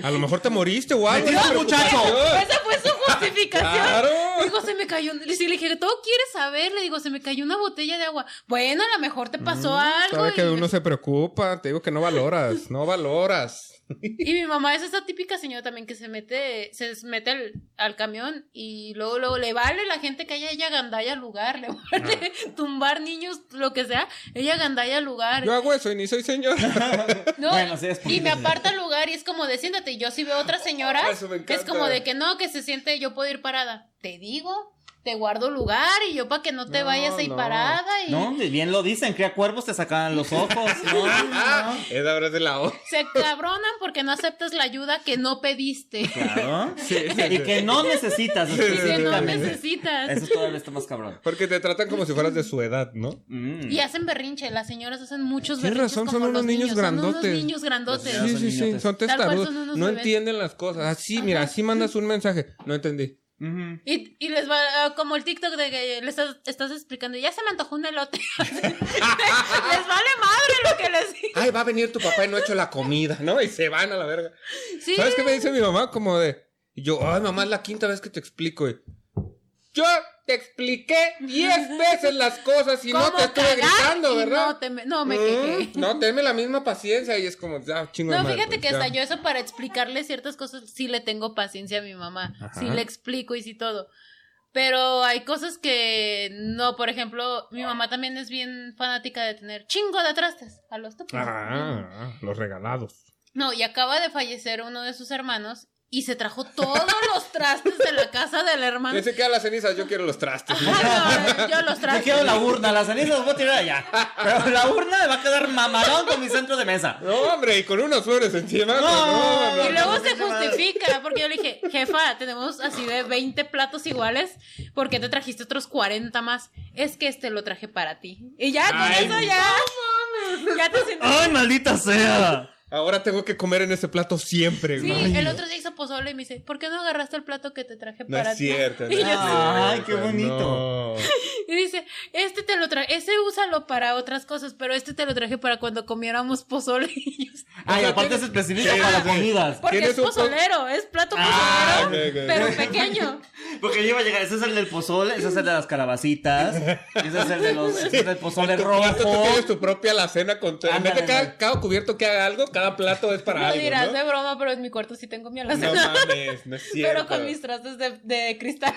A lo mejor te moriste o algo.
¡Metido,
esa
muchacho!
preocupación.
Esa fue su justificación.
¡Claro!
Digo, se me cayó. Le sí, le dije, todo quieres saber. Le digo, se me cayó una botella de agua. Bueno, a lo mejor te pasó algo.
Mm, Sabe que
y-
uno se preocupa. Te digo que no valoras. No valoras.
Y mi mamá es esa típica señora también que se mete, se mete al, al camión y luego, luego le vale la gente que haya ella gandalla al lugar,
Ah.
le vale tumbar niños, lo que sea, ella gandalla al lugar.
Yo hago eso y ni soy señora.
No,
Bueno, sí, es
y
poquito
me
señor.
aparta el lugar y es como de siéntate. Y yo sí veo otras
Ah,
señoras
eso me
que es
encanta.
como de que no, que se siente yo puedo ir parada. Te digo. te guardo lugar y yo para que no te
No,
vayas ahí
no.
parada y
No, bien lo dicen, cría cuervos, te sacaban los ojos. No, no, no.
Es ahora de la O.
se cabronan porque no aceptas la ayuda que no pediste,
Claro.
Sí, sí,
Y
sí.
que no necesitas
que no
específicamente.
necesitas.
Eso todavía está más cabrón.
Porque te tratan como si fueras de su edad, ¿no?
Mm.
Y hacen berrinche, las señoras hacen muchos
Tienes
berrinches.
razón,
como
son unos
los
niños
Son
grandotes.
unos niños grandotes.
Ya
Sí,
son
sí, sí.
niñotes.
Son
Tal cual
testarudos.
son unos
No
bebés.
entienden las cosas. Así, mira, así mandas un mensaje. No entendí.
Ujú.
Y, y les va ah, como el TikTok de que le estás, estás explicando, ya se me antojó un elote. les vale madre lo que les digas.
Ay, va a venir tu papá y no ha hecho la comida, ¿no? Y se van a la verga.
Sí,
¿Sabes qué me dice mi mamá? Como de. Y yo, ay, mamá, es la quinta vez que te explico. y, yo te expliqué diez veces las cosas y no
¿cómo
te estuve
cagar?
gritando,
Y
¿verdad?
No, te me- no, me quejé.
Mm, No, tenme la misma paciencia y es como, ah, chingo de
No,
madre,
fíjate
pues,
que
ya.
hasta yo eso para explicarle ciertas cosas sí le tengo paciencia a mi mamá,
Ajá.
sí le explico y sí todo. Pero hay cosas que no, por ejemplo, mi mamá también es bien fanática de tener chingo de trastes a los topos.
Ah, los regalados.
No, y acaba de fallecer uno de sus hermanos y se trajo todos los trastes de la casa del hermano.
¿Quién se queda las cenizas? Yo quiero los trastes.
Ah, no, yo los
Yo
traje.
quiero la urna, las cenizas las voy a tirar allá. Pero la urna me va a quedar mamalón con mi centro de mesa.
No, hombre, y con unos flores encima. pues, no,
No,
Y
no, no.
luego se justifica, porque yo le dije, jefa, tenemos así de 20 platos iguales, ¿por qué te trajiste otros 40 más? Es que este lo traje para ti. Y ya, con
Ay,
eso ya. Ya te sientes.
¡Ay, maldita sea!
Ahora tengo que comer en ese plato siempre,
Sí,
güey.
el otro día hizo pozole y me dice, ¿por qué no agarraste el plato que te traje
No
para
es
ti?
cierto. no
Y, yo-
es
Ay, qué
cierto,
bonito.
no.
y dice, este te lo traje, ese úsalo para otras cosas, pero este te lo traje para cuando comiéramos pozole. Y yo,
Ay,
sea,
aparte es
tiene-
específico
Sí,
para las
sí.
comidas.
Porque
¿Tienes
es
un po-
pozolero, es plato
Ah,
pozolero,
ok, ok.
pero pequeño.
Porque yo iba a llegar, ese es el del pozole, ese es el de las calabacitas, ese es el, de los, ese es el pozole
En tu plato tú
rojo.
tienes tu propia alacena con todo. En vez de
Ándale,
cada,
ándale.
cada cubierto que haga algo, cada plato es para
No
algo.
dirás ¿eh?
¿no?
de broma, pero en mi cuarto sí tengo mi
No
alacena.
mames, no es cierto.
pero con mis trastes de, de cristal.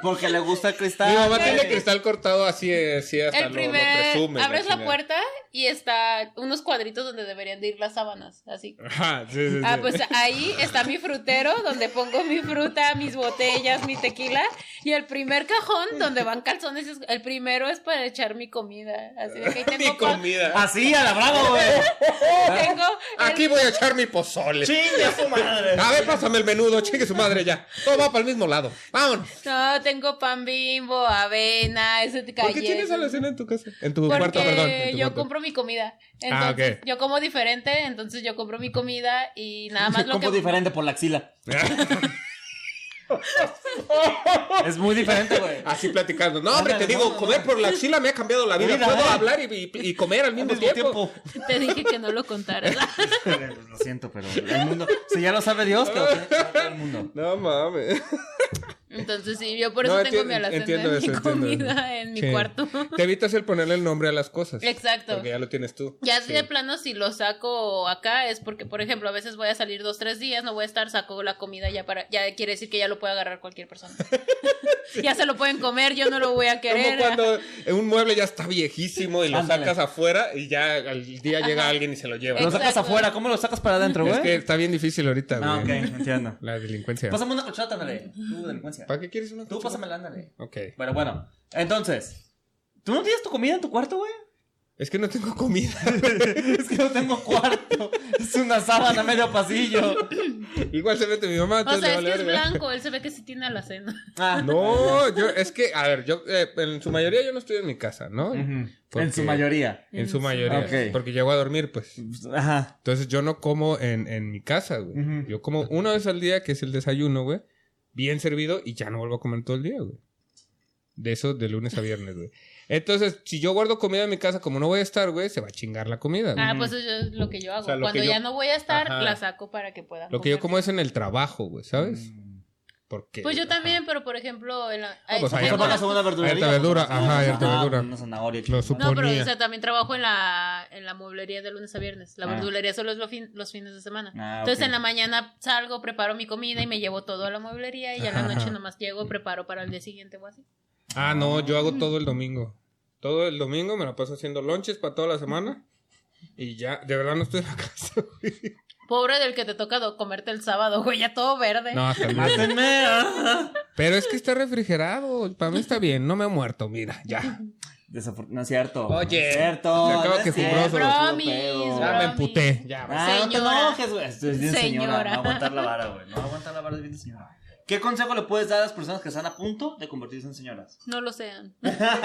Porque le gusta el cristal.
Mi mamá tiene cristal cortado así, eh, así hasta lo-
Ah,
lo
El primer.
presume,
abres la
chingada.
puerta y está unos cuadritos donde deberían de ir las sábanas. Así.
Ajá, sí, sí,
Ah,
sí.
pues ahí está mi frutero donde pongo mi fruta, mis botellas, mi tequila. Y el primer cajón donde van calzones, es- el primero es para echar mi comida. Así de que ahí
Mi
tengo, pa-
comida.
Así, a la brava, güey.
tengo el-
Ah, Aquí voy a echar mi pozole.
¡Chingue a su madre!
A ver, pásame el menudo, chingue su madre ya. Todo va para el mismo lado. Vámonos.
No, tengo pan bimbo, avena, ese te
¿Por qué tienes alacena en tu casa? En tu
Porque
cuarto, perdón. en tu
yo
cuarto.
compro mi comida.
Ah,
Entonces,
ok.
yo como diferente, entonces yo compro mi comida y nada más lo
Como
que
diferente por la axila. es muy diferente, güey.
Así platicando. No, hombre, te digo, comer por la axila me ha cambiado la vida.
Mira,
Puedo
eh.
hablar y, y- y comer al
Al
mismo tiempo.
te dije que no lo contaras.
lo siento, pero el mundo. Si ya lo sabe Dios, que lo tiene que saber todo el mundo.
No mames.
Entonces, sí, yo por
No,
eso
entiendo-
tengo mi alacena
entiendo
en
eso,
mi
entiendo
comida
eso.
en mi
Sí.
cuarto.
Te evitas el ponerle el nombre a las cosas.
Exacto.
Porque ya lo tienes tú.
Ya
Sí.
de plano, si lo saco acá, es porque, por ejemplo, a veces voy a salir dos, tres días, no voy a estar, saco la comida ya para. Ya quiere decir que ya lo puede agarrar cualquier persona. ya se lo pueden comer, yo no lo voy a
Como
querer.
cuando un mueble ya está viejísimo y lo
Ándale.
sacas afuera y ya al día llega alguien y se lo lleva.
Lo sacas
Exacto.
afuera, ¿cómo lo sacas para adentro, güey?
Es que está bien difícil ahorita, güey.
Ah, ok, entiendo.
La delincuencia.
Pásame una colchata, ándale. Tú, delincuencia.
¿Para qué quieres una
Tú,
cuchara?
pásamela, ándale.
Ok.
Pero bueno, entonces. ¿Tú no tienes tu comida en tu cuarto, güey?
Es que no tengo comida.
Es que no tengo cuarto. Es una sábana medio pasillo.
Igual se mete mi mamá.
o
entonces le
sea, es
vale
que es
verga.
blanco, él se ve que sí tiene alacena.
Ah,
No, yo, es que, a ver, yo, eh, en su mayoría yo no estoy en mi casa, ¿no?
Ujú.
Porque-
En su mayoría.
En
Mm,
su mayoría.
Ok.
Porque llego a dormir, pues.
Ajá.
Entonces yo no como en, en mi casa, güey.
Ujú.
Yo como una vez al día, que es el desayuno, güey. Bien servido y ya no vuelvo a comer todo el día, güey. De eso de lunes a viernes, güey. Entonces, si yo guardo comida en mi casa, como no voy a estar, güey, se va a chingar la comida, güey.
Ah, pues eso es lo que yo hago.
O sea, lo
Cuando
que yo-
ya no voy a estar,
Ajá.
la saco para que puedan.
Lo que yo
comer.
como es en el trabajo, güey,
Mm.
¿sabes? Porque,
Pues yo
ajá.
también, pero por ejemplo. en la-
pues
Ay,
ahí
Eso
no,
está.
para la segunda verdulería.
Ahí está verdura,
Ajá,
ajá, ahí está
ajá,
verdura.
Una zanahoria.
Lo
chingada.
no, pero
ponía.
o sea, también trabajo en la, en la mueblería de lunes a viernes. La
Ah.
verdulería solo es los, fin- los fines de semana.
Ah,
Entonces
ok.
en la mañana salgo, preparo mi comida y me llevo todo a la mueblería. Y ya en la noche
Ajá.
nomás llego, preparo para el día siguiente o así.
Ah, no, yo
Mm.
hago todo el domingo. Todo el domingo me la paso haciendo lonches para toda la semana. Y ya, de verdad no estoy en la casa, güey.
Pobre del que te toca do- comerte el sábado, güey, ya todo verde.
No, hasta el viernes.
Mátenme. ah.
Pero es que está refrigerado. Para mí está bien. No me he muerto, mira, ya.
Desafor- No es cierto.
Oye,
No es
se
cierto.
acaba
no
que
es cierto,
jumbrosos.
puro
Bromis,
pedo.
Ya me
bromis.
emputé. Ya, basta.
Ah, no te
Señora.
enojes, güey. Esto es bien señora.
Señora.
No aguantar la vara, güey. No aguantar la vara es bien de señora. ¿Qué consejo le puedes dar a las personas que están a punto de convertirse en señoras?
No lo sean.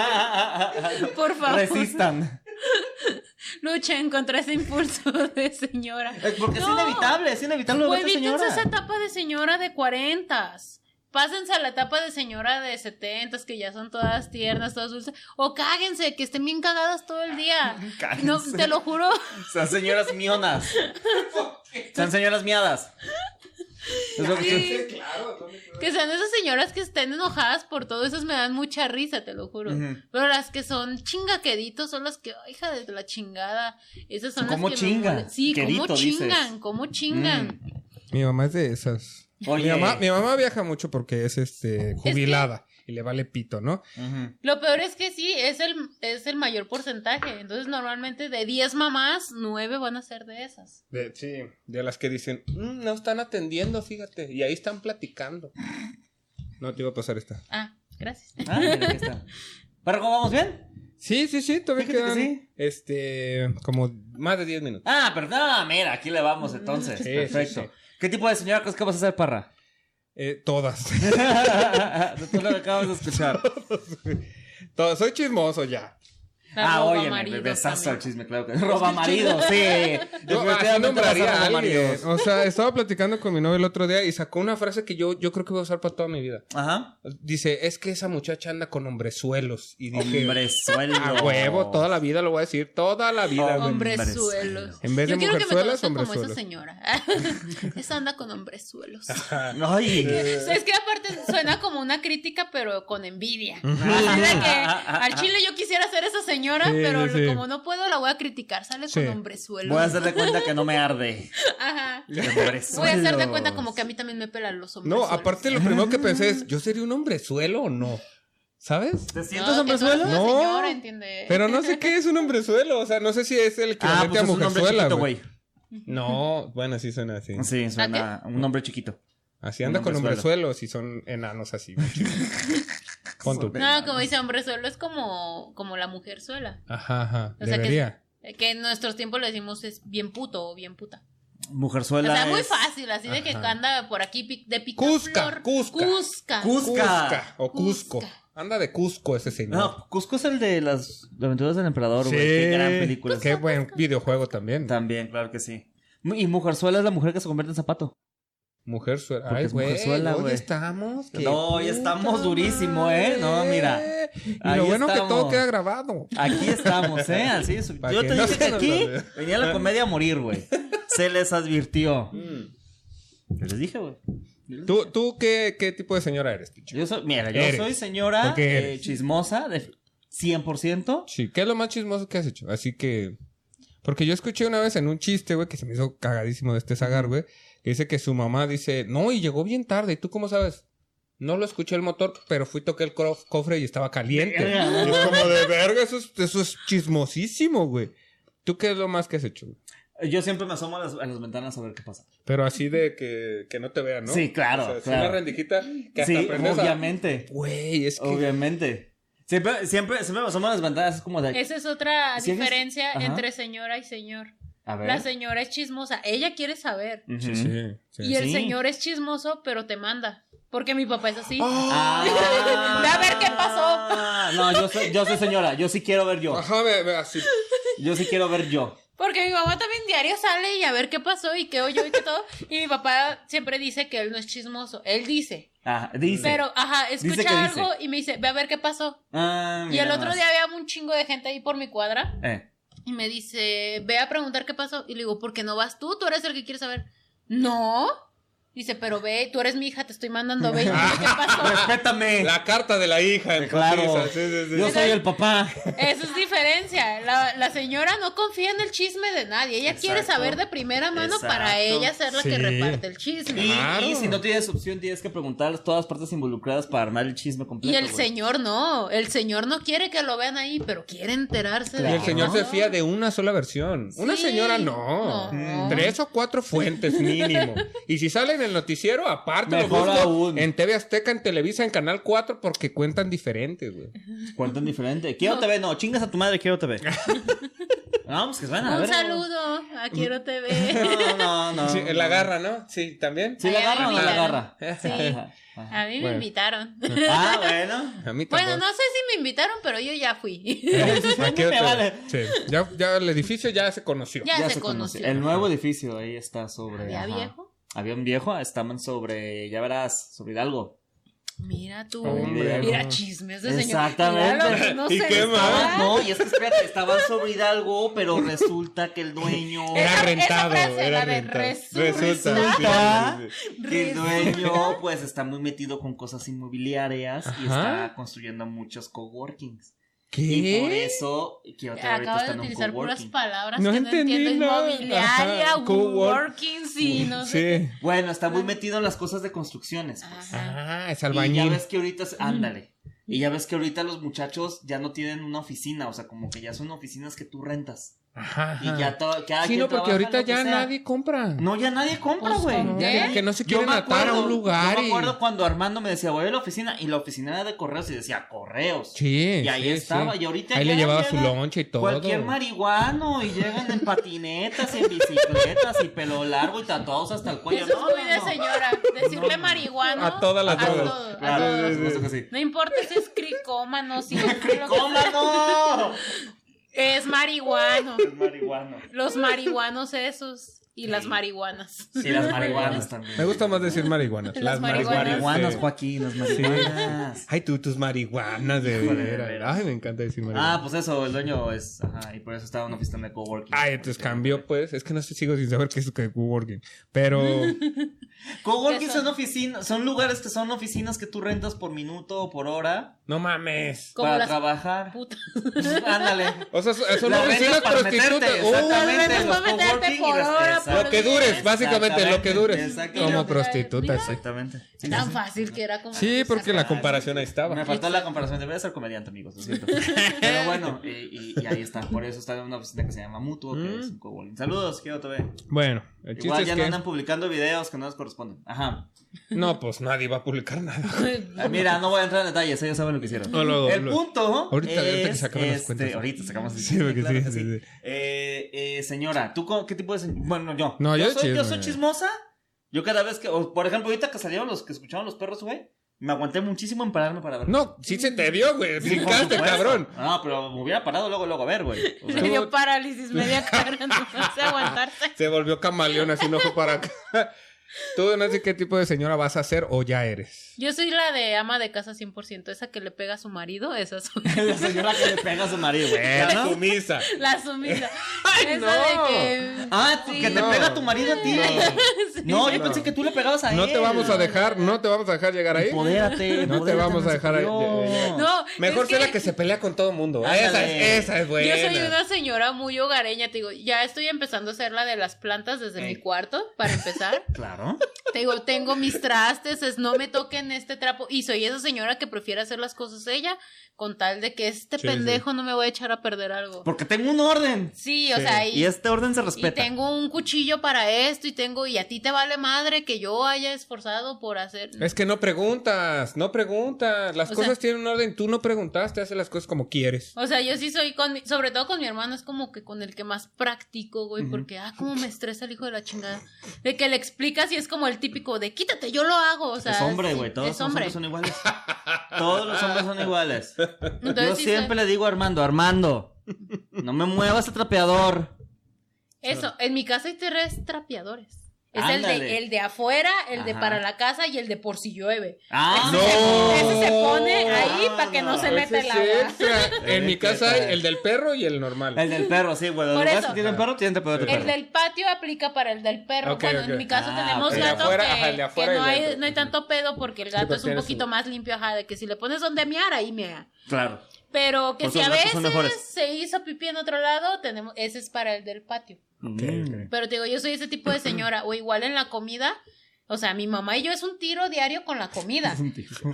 Por favor.
Resistan.
Luchen contra ese impulso de señora.
Eh, Porque es
No.
inevitable, es inevitable
Güey,
volverte señora.
evítense esa etapa de señora de cuarentas. Pásense a la etapa de señora de setentas, que ya son todas tiernas, todas dulces. O cáguense, que estén bien cagadas todo el día.
Cáguense.
No, te lo juro.
Son señoras mionas. Son señoras miadas. Es lo que-
Sí. Que sean esas señoras que estén enojadas por todo eso me dan mucha risa, te lo juro.
Ujú.
Pero las que son chingaqueditos son las que, ay, hija de la chingada. Esas son
¿Cómo
las que me
chinga?
molestan. Sí,
Quedito,
cómo
dices. Mm.
chingan, cómo chingan.
Mi mamá es de esas.
Oye.
Mi mamá, mi mamá viaja mucho porque es este jubilada y le vale pito, ¿no?
Ujú.
Lo peor es que sí, es el, es el mayor porcentaje. Entonces, normalmente de 10 mamás, 9 van a ser de esas.
De, sí, de las que dicen, "Mm, no están atendiendo, fíjate, y ahí están platicando. No te iba a pasar esta.
Ah, gracias.
Ah, mira, aquí está. Pero ¿cómo vamos bien?
Sí, sí, sí, todavía
Fíjate que
quedan
sí.
este, como más de 10 minutos.
Ah, pero no, mira, aquí le vamos entonces.
Sí, sí,
Perfecto.
sí.
¿Qué tipo de señora crees que vas a ser, parra?
Eh, todas.
De todo lo que acabas de escuchar.
todas. Soy chismoso ya.
La
ah,
roba
oye, me
maridos
besazo el
también.
chisme, claro que roba marido, sí.
Yo
Definitivamente
así nombraría
vas
a
a robar
alguien.
maridos.
O sea, estaba platicando con mi novio el otro día y sacó una frase que yo, yo creo que voy a usar para toda mi vida.
Ajá.
Dice, es que esa muchacha anda con hombrezuelos. Y dije,
Hombre, sueldo.
a huevo, toda la vida lo voy a decir, toda la vida. güey.
Hombrezuelos.
En vez de
Yo quiero que me
mujerzuelas,
conozcan como esa
hombrezuelos.
señora. esa anda con hombrezuelos.
Ay.
O sea, es que aparte suena como una crítica, pero con envidia. Así de que al chile yo quisiera ser esa señora,
Sí,
pero
sí, sí.
como no puedo, la voy a criticar. Sale
Sí.
con hombrezuelos.
Voy a hacer de cuenta que no me arde.
Ajá.
Hombrezuelos.
Voy a hacer de cuenta como que a mí también me pelan los hombres.
No, aparte lo primero que pensé
Ah.
es, ¿yo sería un hombrezuelo o no? ¿Sabes?
¿Te sientes
No, que no,
hombrezuelo?
es una
No.
señora, ¿entiende?
Pero no sé qué es un hombrezuelo, o sea, no sé si es el
Ah,
equivalente
pues
a
es un hombre
mujerzuela,
chiquito,
güey.
güey.
No, bueno, sí suena así.
Sí, suena un hombre chiquito.
Así
Un
anda con
hombrezuelo.
hombrezuelos y son enanos así. muy chiquitos. Pon tú.
No, como dice hombre suelo, es como, como la mujer suela.
Ajá, ajá,
O sea que-
debería.
Eh, Que en nuestros tiempos le decimos es bien puto o bien puta. O
Mujerzuela
sea, muy
es-
fácil, así de que
Ajá.
anda por aquí pic- de pica
Cusca, Cusca.
Cusca.
Cusca.
o Cusco.
Cusca.
Anda de Cusco ese señor.
No, Cusco es el de las aventuras del emperador, güey. Qué gran película.
Qué buen videojuego también.
También, claro que sí. Y Mujerzuela es la mujer que se convierte en zapato.
Mujer suela.
Porque
Ay,
es
güey.
mujerzuela,
Hoy
güey.
estamos. qué
No, ya
puta
estamos durísimo, ¿eh? No, mira,
Y
ahí
lo bueno que todo
estamos.
queda grabado.
Aquí estamos, ¿eh? Así es.
Pa'
Yo
que
te
no
dije
se
que
nos
aquí
olvide.
venía la comedia a morir, güey. Se les advirtió.
Mm.
Yo les dije, güey.
¿Tú, tú qué, qué tipo de señora eres, picho?
Yo soy, mira, yo
Eres.
soy señora
¿Por qué
eh,
eres?
chismosa de 100%.
Sí, ¿qué es lo más chismoso que has hecho? Así que. Porque yo escuché una vez en un chiste, güey, que se me hizo cagadísimo de este sagar, güey, que dice que su mamá dice, no, y llegó bien tarde, ¿y tú cómo sabes? No lo escuché el motor, pero fui, toqué el cof- cofre y estaba caliente.
Verga.
Y es como de verga, eso es, eso es chismosísimo, güey. ¿Tú qué es lo más que has hecho? güey?
Yo siempre me asomo a las, a las ventanas a ver qué pasa.
Pero así de que, que no te vean, ¿no?
Sí, claro,
O sea, es
claro.
una rendijita que hasta
Sí,
aprendes a-
obviamente.
Güey, es que...
Obviamente. Siempre, siempre, siempre me asomo a las ventanas, es como de...
Esa es otra
¿Sí eres?
diferencia
Ajá.
entre señora y señor.
A ver.
La señora es chismosa, ella quiere saber.
Ujú.
Sí, sí, sí.
Y el
Sí.
señor es chismoso, pero te manda. Porque mi papá es así.
¡Ah!
Ah.
Ve a ver qué pasó.
No, yo soy, yo soy señora, yo sí quiero ver yo.
Ajá, ve, ve, así.
Yo sí quiero ver yo.
Porque mi mamá también diario sale y a ver qué pasó y qué oyó y qué todo. Y mi papá siempre dice que él no es chismoso. Él dice.
Ah, dice.
Pero, ajá,
Dice que
escucha algo
dice.
y me dice, ve a ver qué pasó.
Ah,
Y
mira
el otro
más.
día había un chingo de gente ahí por mi cuadra
Eh.
y me dice, ve a preguntar qué pasó. Y le digo, ¿por qué no vas tú? Tú eres el que quiere saber. No. Dice, pero ve, tú eres mi hija, te estoy mandando ve. Y yo, ¿Qué pasó?
Respétame.
La carta de la hija. en
Claro.
putiza, sí, sí, sí.
Yo soy el papá.
Eso es diferencia. La, la señora no confía en el chisme de nadie. Ella quiere
Exacto.
saber de primera mano para
Exacto.
ella ser la
Sí.
que reparte el
Y,
chisme.
Claro.
y si no tienes opción, tienes que preguntar a todas las partes involucradas para armar el chisme
Y
completo.
el
güey.
señor no, el señor no quiere que lo vean ahí, pero quiere
Y
enterarse de
el
Claro.
que
señor
no.
se fía de una sola versión. Una
Sí.
señora no.
No.
Tres o cuatro fuentes mínimo. Y si sale en el noticiero, aparte
Mejor
lo busco
aún.
en TV Azteca, en Televisa, en Canal 4, porque cuentan diferentes, güey.
Cuentan diferente. Quiero TV, no, chingas a tu madre, quiero TV. Vamos, pues que se van Ah, a
Un
ver.
saludo a Quiero TV.
No, no, no.
Sí, la garra, ¿no? Sí, también.
Ah. ¿Sí la
Ay,
agarra o no la
mira.
agarra?
Sí.
Ajá, ajá.
A mí me
Bueno.
invitaron.
Ah, bueno.
A mí
Bueno,
tampoco.
no sé si me invitaron, pero yo ya fui.
¿A qué
Me
otra?
vale.
Sí. Ya, ya el edificio ya se conoció.
Ya. se conoció.
El nuevo edificio ahí está sobre.
¿Había
ajá.
viejo?
Había un viejo, estaban sobre, ya verás, sobre Hidalgo.
Mira tú.
Hombre,
Mira
no.
chismes de señor.
Exactamente.
Mira lo que no
¿Y
se
qué
les
más?
da.
No, y es que espérate, estaban sobre Hidalgo, pero resulta que el dueño.
Era
Esa- esa
rentado.
frase,
era
la de
rentado.
resulta.
sí, sí, sí.
Que el dueño, pues, está muy metido con cosas inmobiliarias y
Ajá.
está construyendo muchos coworkings. Y por
¿Qué?
eso quiero te
Acaba
ahorita está
de
en un
utilizar puras
coworking.
palabras
No
que
entendí
no entiendo.
nada.
Inmobiliaria,
Ajá, cowork-
working, sí, no sé.
Sí.
Bueno, está
Ah.
muy metido en las cosas de construcciones. Pues.
Ajá.
Ah, es
Y ya
albañil.
ves que ahorita, es- ándale. Y ya ves que ahorita los muchachos ya no tienen una oficina, o sea, como que ya son oficinas que tú rentas.
Ajá.
Y ya todo, cada
Sí,
quien
no, porque
trabaja
ahorita
lo que
ya
sea.
nadie compra.
No, ya nadie compra,
Pues,
güey.
¿con
Ya
¿Qué?
que- que no se
Yo
quieren
me
atar a
acuerdo-
un lugar.
Yo me
y-
acuerdo cuando Armando me decía, voy a la oficina, y la oficina era de correos, y decía, correos.
Sí,
y ahí
sí,
estaba,
sí.
y ahorita
Ahí
ya
le llevaba su
llega
lonche y todo.
Cualquier marihuano, y llegan en patinetas, y en bicicletas, y pelo largo, y tatuados hasta el cuello.
Eso es
No,
muy
no,
de
no.
señora. Decirle marihuana.
A todas las drogas.
todo, a
Claro,
todos.
por supuesto que sí.
No importa si es cricómano, si es
¡Cómalo!
Es marihuano.
Es marihuano.
Los marihuanos esos y las marihuanas.
Sí, las marihuanas también.
Me gusta más decir marihuanas. Las
Las
Las
marihuanas.
marihuanas,
sí.
Joaquín, las marihuanas.
Ay, tú, tus marihuanas de
Híjole, de
veras.
veras.
Ay, me encanta decir marihuanas.
Ah, pues eso, el dueño es. Ajá, y por eso estaba en una oficina de coworking.
Ay, Ah, entonces cambió, pues. Es que no sé, sigo sin saber qué es que coworking. Pero.
Coworking
¿Qué
son oficinas, son lugares que son oficinas que tú rentas por minuto o por hora
No mames.
Como
para
las
trabajar.
putas.
Ándale.
O sea, son
Las
oficinas
rentas para
prostitutas.
meterte,
Uh,
exactamente.
Las rentas
los
para pues, meterte
coworking y
por
las-
hora, pues.
exacto.
por
lo que dures, básicamente, lo que dures.
Exactamente.
Como
Y lo-
prostitutas. sí.
Exactamente. Sí, sí,
Tan
sí.
fácil que era como.
Sí, porque la comparación ahí
Me
estaba.
faltó la comparación, debería ser comediante, amigos, lo siento. Pero bueno, y, y- y ahí está. Por eso está en una oficina que se llama Mutuo, que
Mm.
es un coworking. Saludos, quiero te ve.
Bueno, el chiste
Igual
es
ya no
que.
andan publicando videos que no les corresponden. Ajá.
No, pues nadie va a publicar nada.
Ah, Mira, no voy a entrar en detalles, ellos saben lo que hicieron.
No, Oh, luego,
el
luego.
punto.
Ahorita- ahorita que
es,
se acaben las
este,
cuentas.
Ahorita sacamos el
Sí, porque
claro
sí,
que
sí,
sí.
sí.
Eh, eh, señora, ¿tú co- qué tipo de. se- Bueno, yo.
No, yo
soy, yo
chisme.
soy chismosa. Yo cada vez que. o, por ejemplo, ahorita que salieron los que escuchaban los perros, güey, me aguanté muchísimo en pararme para ver.
No, sí se te vio, güey.
Sí, por
Brincaste,
supuesto.
cabrón.
No, pero me hubiera parado luego, luego a ver, güey. O sea,
Le dio parálisis media cara, no sé aguantarse.
Se volvió camaleón, así no fue para acá. Tú no sé qué tipo de señora vas a ser o ya eres.
Yo soy la de ama de casa 100%, esa que le pega a su marido, esa soy.
la señora que le pega a su marido, güey.
Era
¿no?
sumisa.
La sumisa. esa
no!
de que.
Ah, tú- que te
No.
pega tu marido a ti.
Sí.
No, yo pensé que tú le pegabas a él.
No te vamos a dejar, no te vamos a dejar llegar ahí.
Empodérate,
No te
empodérate,
vamos a
no
dejar ahí.
superior.
No,
Mejor
es que
será que... se pelea con todo mundo. ¿eh? Esa
Ándale.
es, esa es buena.
Yo soy una señora muy hogareña, te digo, ya estoy empezando a hacer la de las plantas desde
Ey.
mi cuarto, para empezar.
Claro.
Te digo, tengo mis trastes, es no me toquen este trapo. Y soy esa señora que prefiere hacer las cosas ella, con tal de que este
Sí,
pendejo no me voy a echar a perder algo.
Porque tengo un orden.
Sí, o
Sí.
sea, y,
Y este orden se
y
respeta.
tengo un cuchillo para esto, y tengo, y a ti te vale madre que yo haya esforzado por hacer.
Es que no preguntas, no preguntas. Las
O
cosas
sea-
tienen un orden. Tú no preguntaste, haces las cosas como quieres.
O sea, yo sí soy con, mi- sobre todo con mi hermano, es como que con el que más practico, güey,
Ujú.
porque, ah, cómo me estresa el hijo de la chingada. De que le explicas y es como el típico de, quítate, yo lo hago, o sea.
es hombre,
sí,
güey. Todos
es
los
hombre.
hombres son iguales. Todos los hombres son iguales.
Entonces,
Yo
sí
siempre
soy-
le digo a Armando, Armando, no me muevas a trapeador.
Eso, en mi casa hay tres trapeadores. Es el
Ándale.
de, el de afuera, el de
Ajá.
para la casa y el de por si llueve.
Ah,
No.
Ese se pone ahí para que no,
no,
se
Ese
meta
es
el agua.
extra. En mi casa hay
Extra.
el del perro y el normal.
El del perro, sí, güey. Los
Por
demás
eso.
que tienen perro tienen pedo de
El
perro.
El del patio aplica para el del perro.
Ok,
bueno,
ok.
en mi caso
Ah,
tenemos
ok. El de
gatos
afuera,
que,
ajá, el de
que
afuera y
no,
el
hay,
dentro.
no hay tanto pedo porque el gato
pero
es un
tiene su-
poquito más limpio, ajá, de que si le pones donde miar, ahí mea.
Claro.
Pero que
Porque
si a
Pues los gatos son
veces
mejores.
se hizo pipí en otro lado, tenemos, ese es para el del patio.
Mm.
Pero te digo, yo soy ese tipo de señora, o igual en la comida. O sea, mi mamá y yo es un tiro diario con la comida.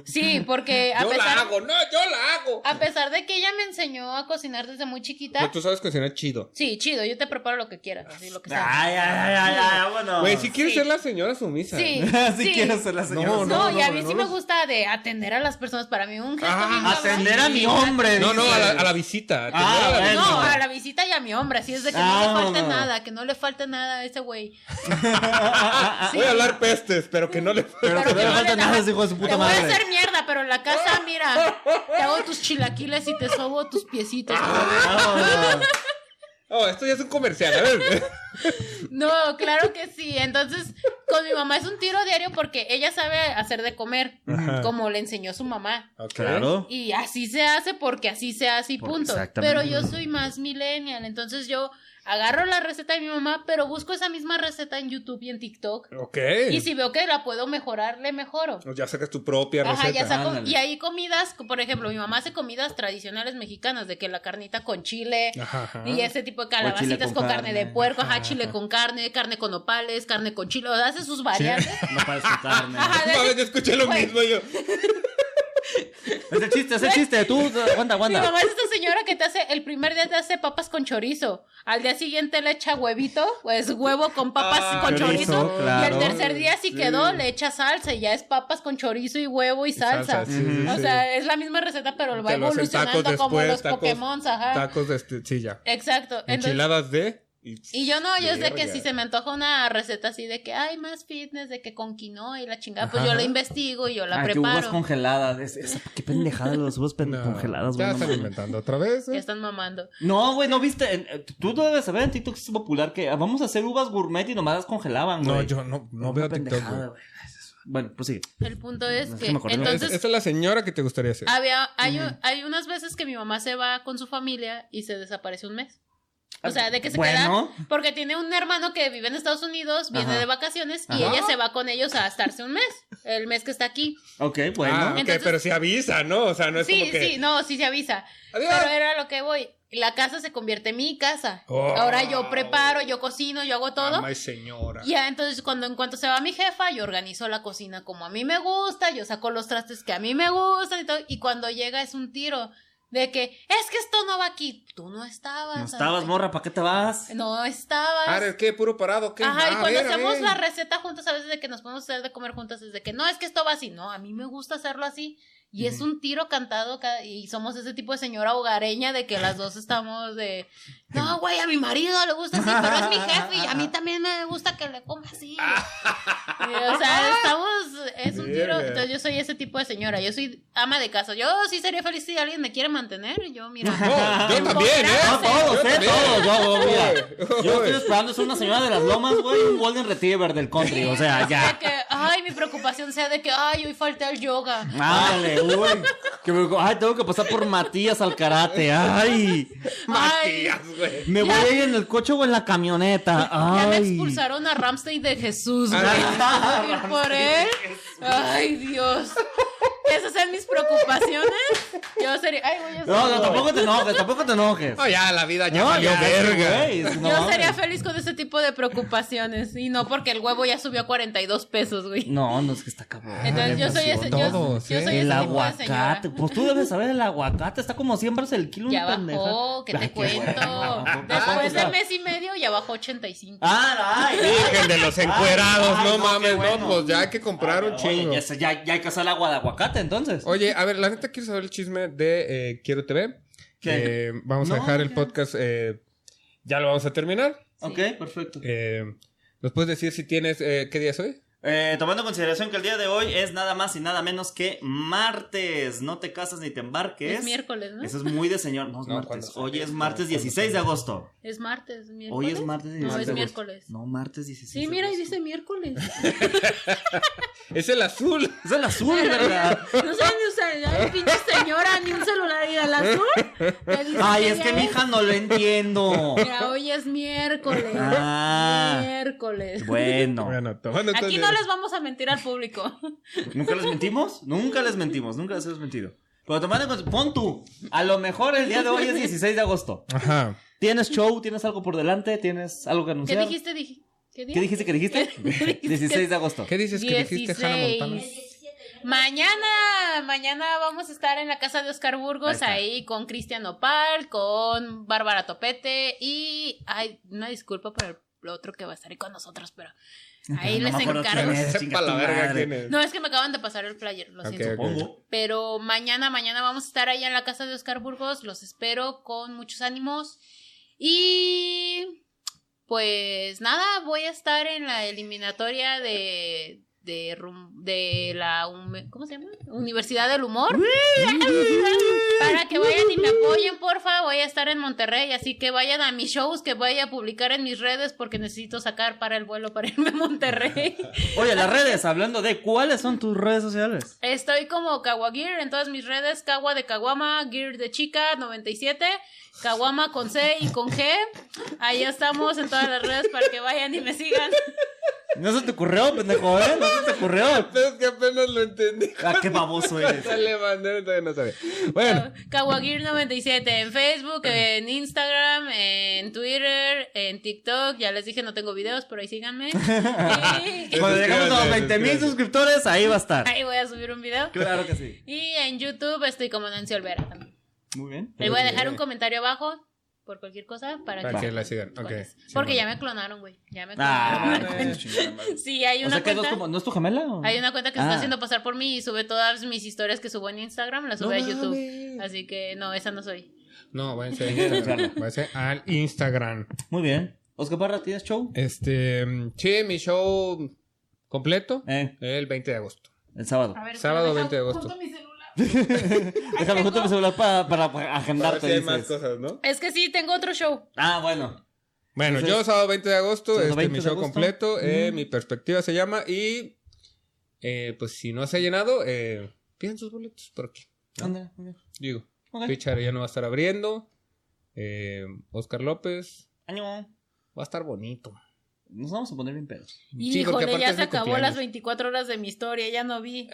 Sí, porque a
Yo
pesar,
la hago, no, yo la hago.
a pesar de que ella me enseñó a cocinar desde muy chiquita.
Pero tú sabes cocinar chido.
Sí, chido, yo te preparo lo que quieras, así lo que sea.
Ay, ay, ay, ay, ay, bueno.
Güey, si quieres
Sí.
ser la señora sumisa.
Sí,
Así
sí.
quiero ser la señora.
No,
No, y a
no,
mí
no
sí
los-
me gusta de atender a las personas. Para mí un gesto
Ah,
bien cabrón.
Atender a mi hombre.
No, no,
dice.
a la, a la visita.
Ah,
Atender a la
bueno.
visita.
No, a la visita y a mi hombre. Así es de que
Ah,
no le falte
no.
nada, que no le falte nada a ese güey. Sí.
Voy a hablar pestes, ah, pero que no le.
Pero que no le
no le
falta
da-
nada, ese hijo de su puta
te voy a
madre.
hacer mierda, pero en la casa, mira, te hago tus chilaquiles y te sobo tus piecitos.
Ah,
Oh, esto ya es un comercial. A ver.
No, claro que sí. Entonces, con mi mamá es un tiro diario porque ella sabe hacer de comer,
Ajá.
como le enseñó su mamá.
Ok.
Claro.
Y así se hace porque así se hace y
Por-
punto.
exactamente.
Pero yo soy más millennial, entonces yo agarro la receta de mi mamá, pero busco esa misma receta en YouTube y en TikTok.
Ok.
Y si veo que la puedo mejorar, le mejoro.
Ya sacas tu propia
Ajá,
receta.
ya saco.
Ándale.
Y hay comidas, por ejemplo, mi mamá hace comidas tradicionales mexicanas, de que la carnita con chile
Ajá, ajá.
y ese tipo
chile
de calabacitas
con
con, carne,
carne.
de puerco, ajá,
Ajá,
chile
ajá.
con carne, carne con opales, carne con chile, o sea, hace sus variantes.
No para escucharme.
Ajá, de ese-
Mames, yo escuché lo
Güey,
mismo yo.
Es el chiste, es el chiste. Tú, aguanta,
Mi
aguanta.
mamá es esta señora que te hace, el primer día te hace papas con chorizo, al día siguiente le echa huevito, pues huevo con papas
Ah,
con
chorizo,
chorizo,
claro.
y el tercer día si
Sí.
quedó le echa salsa y ya es papas con chorizo y huevo y salsa.
sí, sí,
O
sí.
sea, es la misma receta pero lo va
Te lo hacen
evolucionando
tacos
como
después,
los
tacos-
Pokémon, ajá.
Tacos de este. Sí, ya.
Exacto. Entonces,
Enchiladas de.
Y yo no, yo es de que
Verga.
si se me antoja una receta así de que hay más fitness, de que con quinoa y la chingada, pues
Ajá.
yo la investigo y yo la
Ay, que Ah, uvas
preparo.
congeladas. Es- es- qué pendejada los uvas pen-
No,
congeladas, güey.
Ya
no
están
mames.
inventando otra vez.
Ya
¿eh?
están mamando.
No, güey, no viste. En- eh, Tú debes saber en TikTok es popular que ah, vamos a hacer uvas gourmet y nomás las congelaban, güey.
No, yo no, no
Una
veo TikTok.
pendejada,
güey.
güey. Bueno, pues sí.
El punto es
No, es
que
que me acordé.
Esa
entonces Ah,
esa es la señora que te gustaría ser.
había, hay, un- hay unas veces que mi mamá se va con su familia y se desaparece un mes. O sea, de que se
Bueno.
queda porque tiene un hermano que vive en Estados Unidos, viene
Ajá.
de vacaciones y
Ajá.
ella se va con ellos a estarse un mes, el mes que está aquí.
Ok, bueno.
Ah, ok,
Entonces-
pero si avisa, ¿no? O sea, no es
sí,
como que.
sí, no, sí se avisa.
¡Adiós!
Pero era lo que voy. La casa se convierte en mi casa.
Oh.
Ahora yo preparo, yo cocino, yo hago todo.
Ama y señora.
Ya, entonces cuando en cuanto se va mi jefa, yo organizo la cocina como a mí me gusta, yo saco los trastes que a mí me gustan y todo. Y cuando llega es un tiro de que es que esto no va aquí. Tú no estabas.
no estabas,
Ante-
morra, ¿para qué te vas?
No estabas.
Ahora, ¿qué? ¿Puro parado? ¿Qué?
Ajá, y
Ah, a ver,
cuando
a
hacemos
ver.
la receta juntas, a veces de que nos podemos hacer de comer juntas, es de que no, es que esto va así, no, a mí me gusta hacerlo así. Y es un tiro cantado ca- y somos ese tipo de señora hogareña de que las dos estamos de, no, güey, a mi marido le gusta así, pero es mi jefe y a mí también me gusta que le coma así. Y, o sea, estamos, es un tiro,
Verga.
entonces yo soy ese tipo de señora, yo soy ama de casa, yo sí sería feliz si alguien me quiere mantener, yo mira.
No, yo también, ¿eh?
No, todos,
Yo
¿eh?
también.
Todos, yo, yo, mira.
Uy,
Yo
uy.
estoy esperando ser una señora de las lomas, güey, y un Golden Retriever del country, o sea,
De
ya.
que, ay, mi preocupación sea de que, ay, hoy falté al yoga.
Ándale, uy. Que me, ay, tengo que pasar por Matías al karate, ay.
Ay,
Matías, güey.
Me voy a ir en el coche o en la camioneta,
Ya me
ay.
expulsaron a Ramstein de Jesús, güey.
Ah,
Tengo que ir por él. Ay, Dios. Esas son mis preocupaciones. Yo sería. Ay, güey, yo
No,
sería-
no, tampoco te enojes, tampoco te enojes.
No, ya, la vida ya
No,
valió
ya,
verga.
güey, es- no
Yo
mames.
sería feliz con ese tipo de preocupaciones. Y no porque el huevo ya subió a 42 pesos, güey.
No, no, es que está cabrón.
Entonces yo soy ese. Yo,
todos,
yo
¿eh?
soy
El
ese tipo de señora.
aguacate, pues tú debes saber el aguacate, está como 100 pesos el kilo.
Ya
una pendejada.
bajó, que
Ay,
te
Ah, qué bueno,
cuento.
bajó.
Después de
Ah,
mes y medio ya bajó 85.
Ah, ay, ay.
Virgen de los encuerados,
Ay,
no,
no,
mames,
qué bueno.
no, pues ya hay que comprar un
Oye,
chingo.
ya, se- ya, ya hay que hacer el agua de aguacate, entonces.
Oye, a ver, la neta quiero saber el chisme de eh, Quiero TV.
¿Qué?
Eh, vamos a
No,
dejar el
ya.
podcast, eh, ya lo vamos a terminar.
ok, perfecto.
Eh, ¿Nos puedes decir si tienes, eh, qué día es hoy?
Eh, tomando en consideración que el día de hoy es nada más y nada menos que martes. No te casas ni te embarques.
Es miércoles, ¿no?
Eso es muy de señor. No, es
No, cuando
martes.
sale,
Hoy es
no,
martes
cuando
16 de
sale.
agosto.
Es martes, miércoles.
Hoy es martes 16
No,
de
es
agosto.
miércoles.
No, martes 16
Sí,
de
mira, y
agosto.
dice miércoles.
Es el azul.
Es el azul, ¿verdad?
No saben ni usar,
Ay, pinche señora, ni un celular y al azul. te dice
Ay, es
ya
que mi hija no lo entiendo.
Mira, hoy es miércoles.
Ah.
Miércoles.
Bueno,
Bueno, tomando
Aquí
entonces-
no les vamos a mentir al público.
¿nunca les mentimos? Nunca les mentimos, nunca les hemos mentido. Pero tomando en cuenta- pon tú, a lo mejor el día de hoy es 16 de agosto.
Ajá.
¿Tienes show? ¿Tienes algo por delante? ¿tienes algo que
¿Qué
anunciar?
dijiste? Dije? ¿Qué,
¿Qué dijiste que dijiste? 16 de agosto.
¿Qué dices que dijiste Hannah Montana?
16. Mañana, mañana vamos a estar en la casa de Oscar
Ahí
Burgos,
está.
ahí, con Cristian Opal, con Bárbara Topete y. Ay, una disculpa por el lo otro que va a estar ahí con nosotros, pero ahí
No
les
me acuerdo
encargo.
quién es.
Sepa la verga quién es.
No, es que me acaban de pasar el flyer, lo
Ok,
siento.
ok.
Supongo.
Pero mañana, mañana vamos a estar allá en la casa de Oscar Burgos. Los espero con muchos ánimos. Y pues nada, voy a estar en la eliminatoria de, de, rum- de la Ume- ¿cómo se llama? Universidad del Humor. Para que vayan y me apoyen, porfa. Voy a estar en Monterrey, así que vayan a mis shows que voy a publicar en mis redes porque necesito sacar para el vuelo para irme a Monterrey.
Oye, las redes, hablando de cuáles son tus redes sociales.
Estoy como Kawagear en todas mis redes, Kawa de Kawama, Gear de Chica 97, Kawama con C y con G. Ahí estamos en todas las redes para que vayan y me sigan.
No se te ocurrió, pendejo, ¿eh? No se te ocurrió.
Pero es que apenas lo entendí.
Ah, qué baboso eres.
Ya le mandé, todavía no sabía. Bueno,
Kawagear 97 en Facebook, en Instagram, en Twitter, en TikTok. Ya les dije, no tengo videos, pero ahí síganme. Y
Cuando llegamos a los 20 mil suscriptores, ahí va a estar.
ahí voy a subir un video.
Claro que sí.
Y en YouTube estoy como Nancy Olvera también.
Muy bien.
Les voy a dejar un comentario abajo por cualquier cosa para
para
que
que la sigan. Ok.
Porque
sí,
porque
bueno.
ya me clonaron, güey. Ya me
Ah,
clonaron.
hijo de chingada madre.
sí, hay
o
una
sea, que dos
cuenta.
como, ¿no es tu gemela? o?
Hay una cuenta que se
Ah.
está haciendo pasar por mí y sube todas mis historias que subo en Instagram, las sube
No
a YouTube.
mames.
Así que no, esa no soy.
No, váyanse a Instagram. váyanse al Instagram.
Muy bien. Oscar Parra, ¿tienes show?
Este, mm, sí, mi show completo
Eh,
el 20 de agosto.
el sábado.
ver,
Sábado
deja
20 de agosto.
junto mi celular.
Déjame junto mi celular pa- para, para agendarte. dices.
cosas, ¿no?
Es que sí, tengo otro show.
Ah, bueno.
Bueno,
Entonces,
yo sábado 20 de agosto,
sábado
este
20
mi
de
show
agosto.
completo, eh,
Mm.
mi perspectiva se llama y eh, pues si no se ha llenado, eh, pidan sus boletos por aquí.
Ándale, muy bien.
Digo,
Ok.
Richard ya no va a estar abriendo, eh, Oscar López
Año.
va a estar bonito.
Nos vamos a poner bien pedos.
Y
Sí, porque
híjole,
aparte
ya
es
se
mi
acabó
cumpleaños.
las 24 horas de mi historia, ya no vi.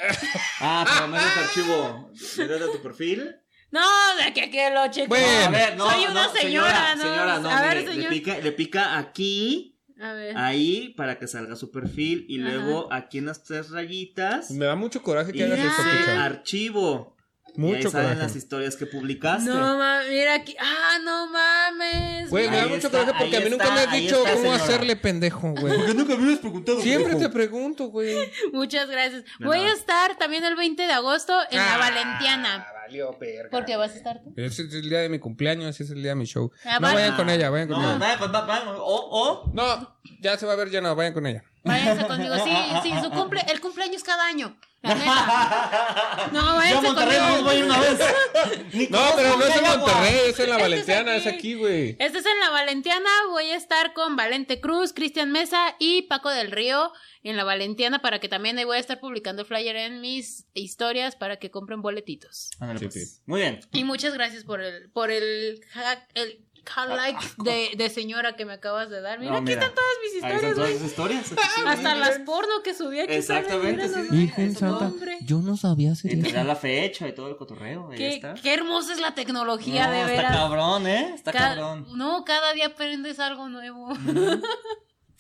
Ah, pero me das archivo. ¿Me das tu perfil?
No, de que, que lo checo.
Bueno.
A ver, no,
Soy una
no,
señora, no.
Señora, no,
A ver,
mire,
señor.
Le, pica, le pica aquí,
A ver.
ahí, para que salga su perfil. Y
Ajá.
luego aquí en las tres rayitas,
Me da mucho coraje que
y
hagas
Mira.
eso,
dice
Richard.
archivo. y ahí
Mucho
salen las
coraje.
historias que publicaste.
No mames, mira aquí. Ah, no mames.
Güey, me da
Ahí
mucho
está,
coraje porque
ahí
a mí nunca
está,
me has
ahí
dicho
está,
cómo
señora.
hacerle pendejo, güey.
nunca me habías preguntado?
Siempre te pregunto, güey.
Muchas gracias.
De
Voy
nada.
a estar también el 20 de agosto en la
Ah,
Valentiana.
Valió verga.
Porque vas a estar tú.
Ese es el día de mi cumpleaños, ese es el día de mi show.
Ah,
no
va-
vayan con ella, vayan con
No,
ella.
vaya, pues, va- va- o, o.
No, ya se va a ver llenado, vayan con ella.
Váyanse conmigo. Sí, sí, su cumple, el cumpleaños cada año. La neta. No,
Yo a
váyanse
Monterrey no voy a ir
conmigo.
una vez. Ni
No,
conozco
pero no es en
Chihuahua.
Monterrey, es en la
Este Pues es
Valenciana, es
aquí.
aquí, güey.
Este es en la Valentiana. Voy a estar con Valente Cruz, Cristian Mesa y Paco del Río en la Valentiana para que también ahí voy a estar publicando el flyer en mis historias para que compren boletitos.
Ándale,
Sí,
pues.
sí.
Muy bien.
Y muchas gracias por el, por el hack, el highlight de, de señora que me acabas de dar. Mira,
Ah, No,
aquí
mira.
están todas mis
Ahí están
historias,
todas
güey.
esas historias.
Hasta las porno que subí aquí. salen,
Exactamente,
mira,
sí,
no
sí,
mames,
eso no.
hombre.
yo no sabía hacer
Y te da la fecha y todo el cotorreo. ahí
Qué,
está.
qué hermosa es la tecnología,
No,
de
Está
veras.
cabrón, ¿eh? Está
Cada-
cabrón.
No, cada día aprendes algo nuevo.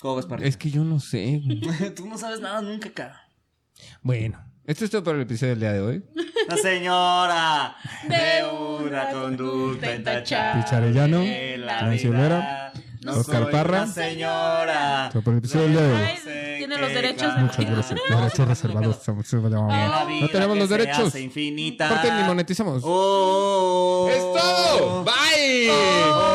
¿Cómo ves, Parra?
que yo no sé, güey.
Tú no sabes nada nunca, cara.
Bueno, esto es todo para el episodio del día de hoy.
La señora
De
de una
una
conducta
conducta
intachable.
Richard Arellano,
en la
Nancy
vida.
Olvera,
No
Oscar
soy
Parra.
una señora.
Todo por el episodio del día de hoy.
Ay, sé
Tiene
qué
los derechos de-
cara.
Muchas gracias. Derechos reservados.
De Ah, la
No
vida
tenemos
que
los
se
derechos.
hace infinita.
Aparte ni monetizamos.
Oh.
¡Es todo! ¡Bye!
Oh.
Oh.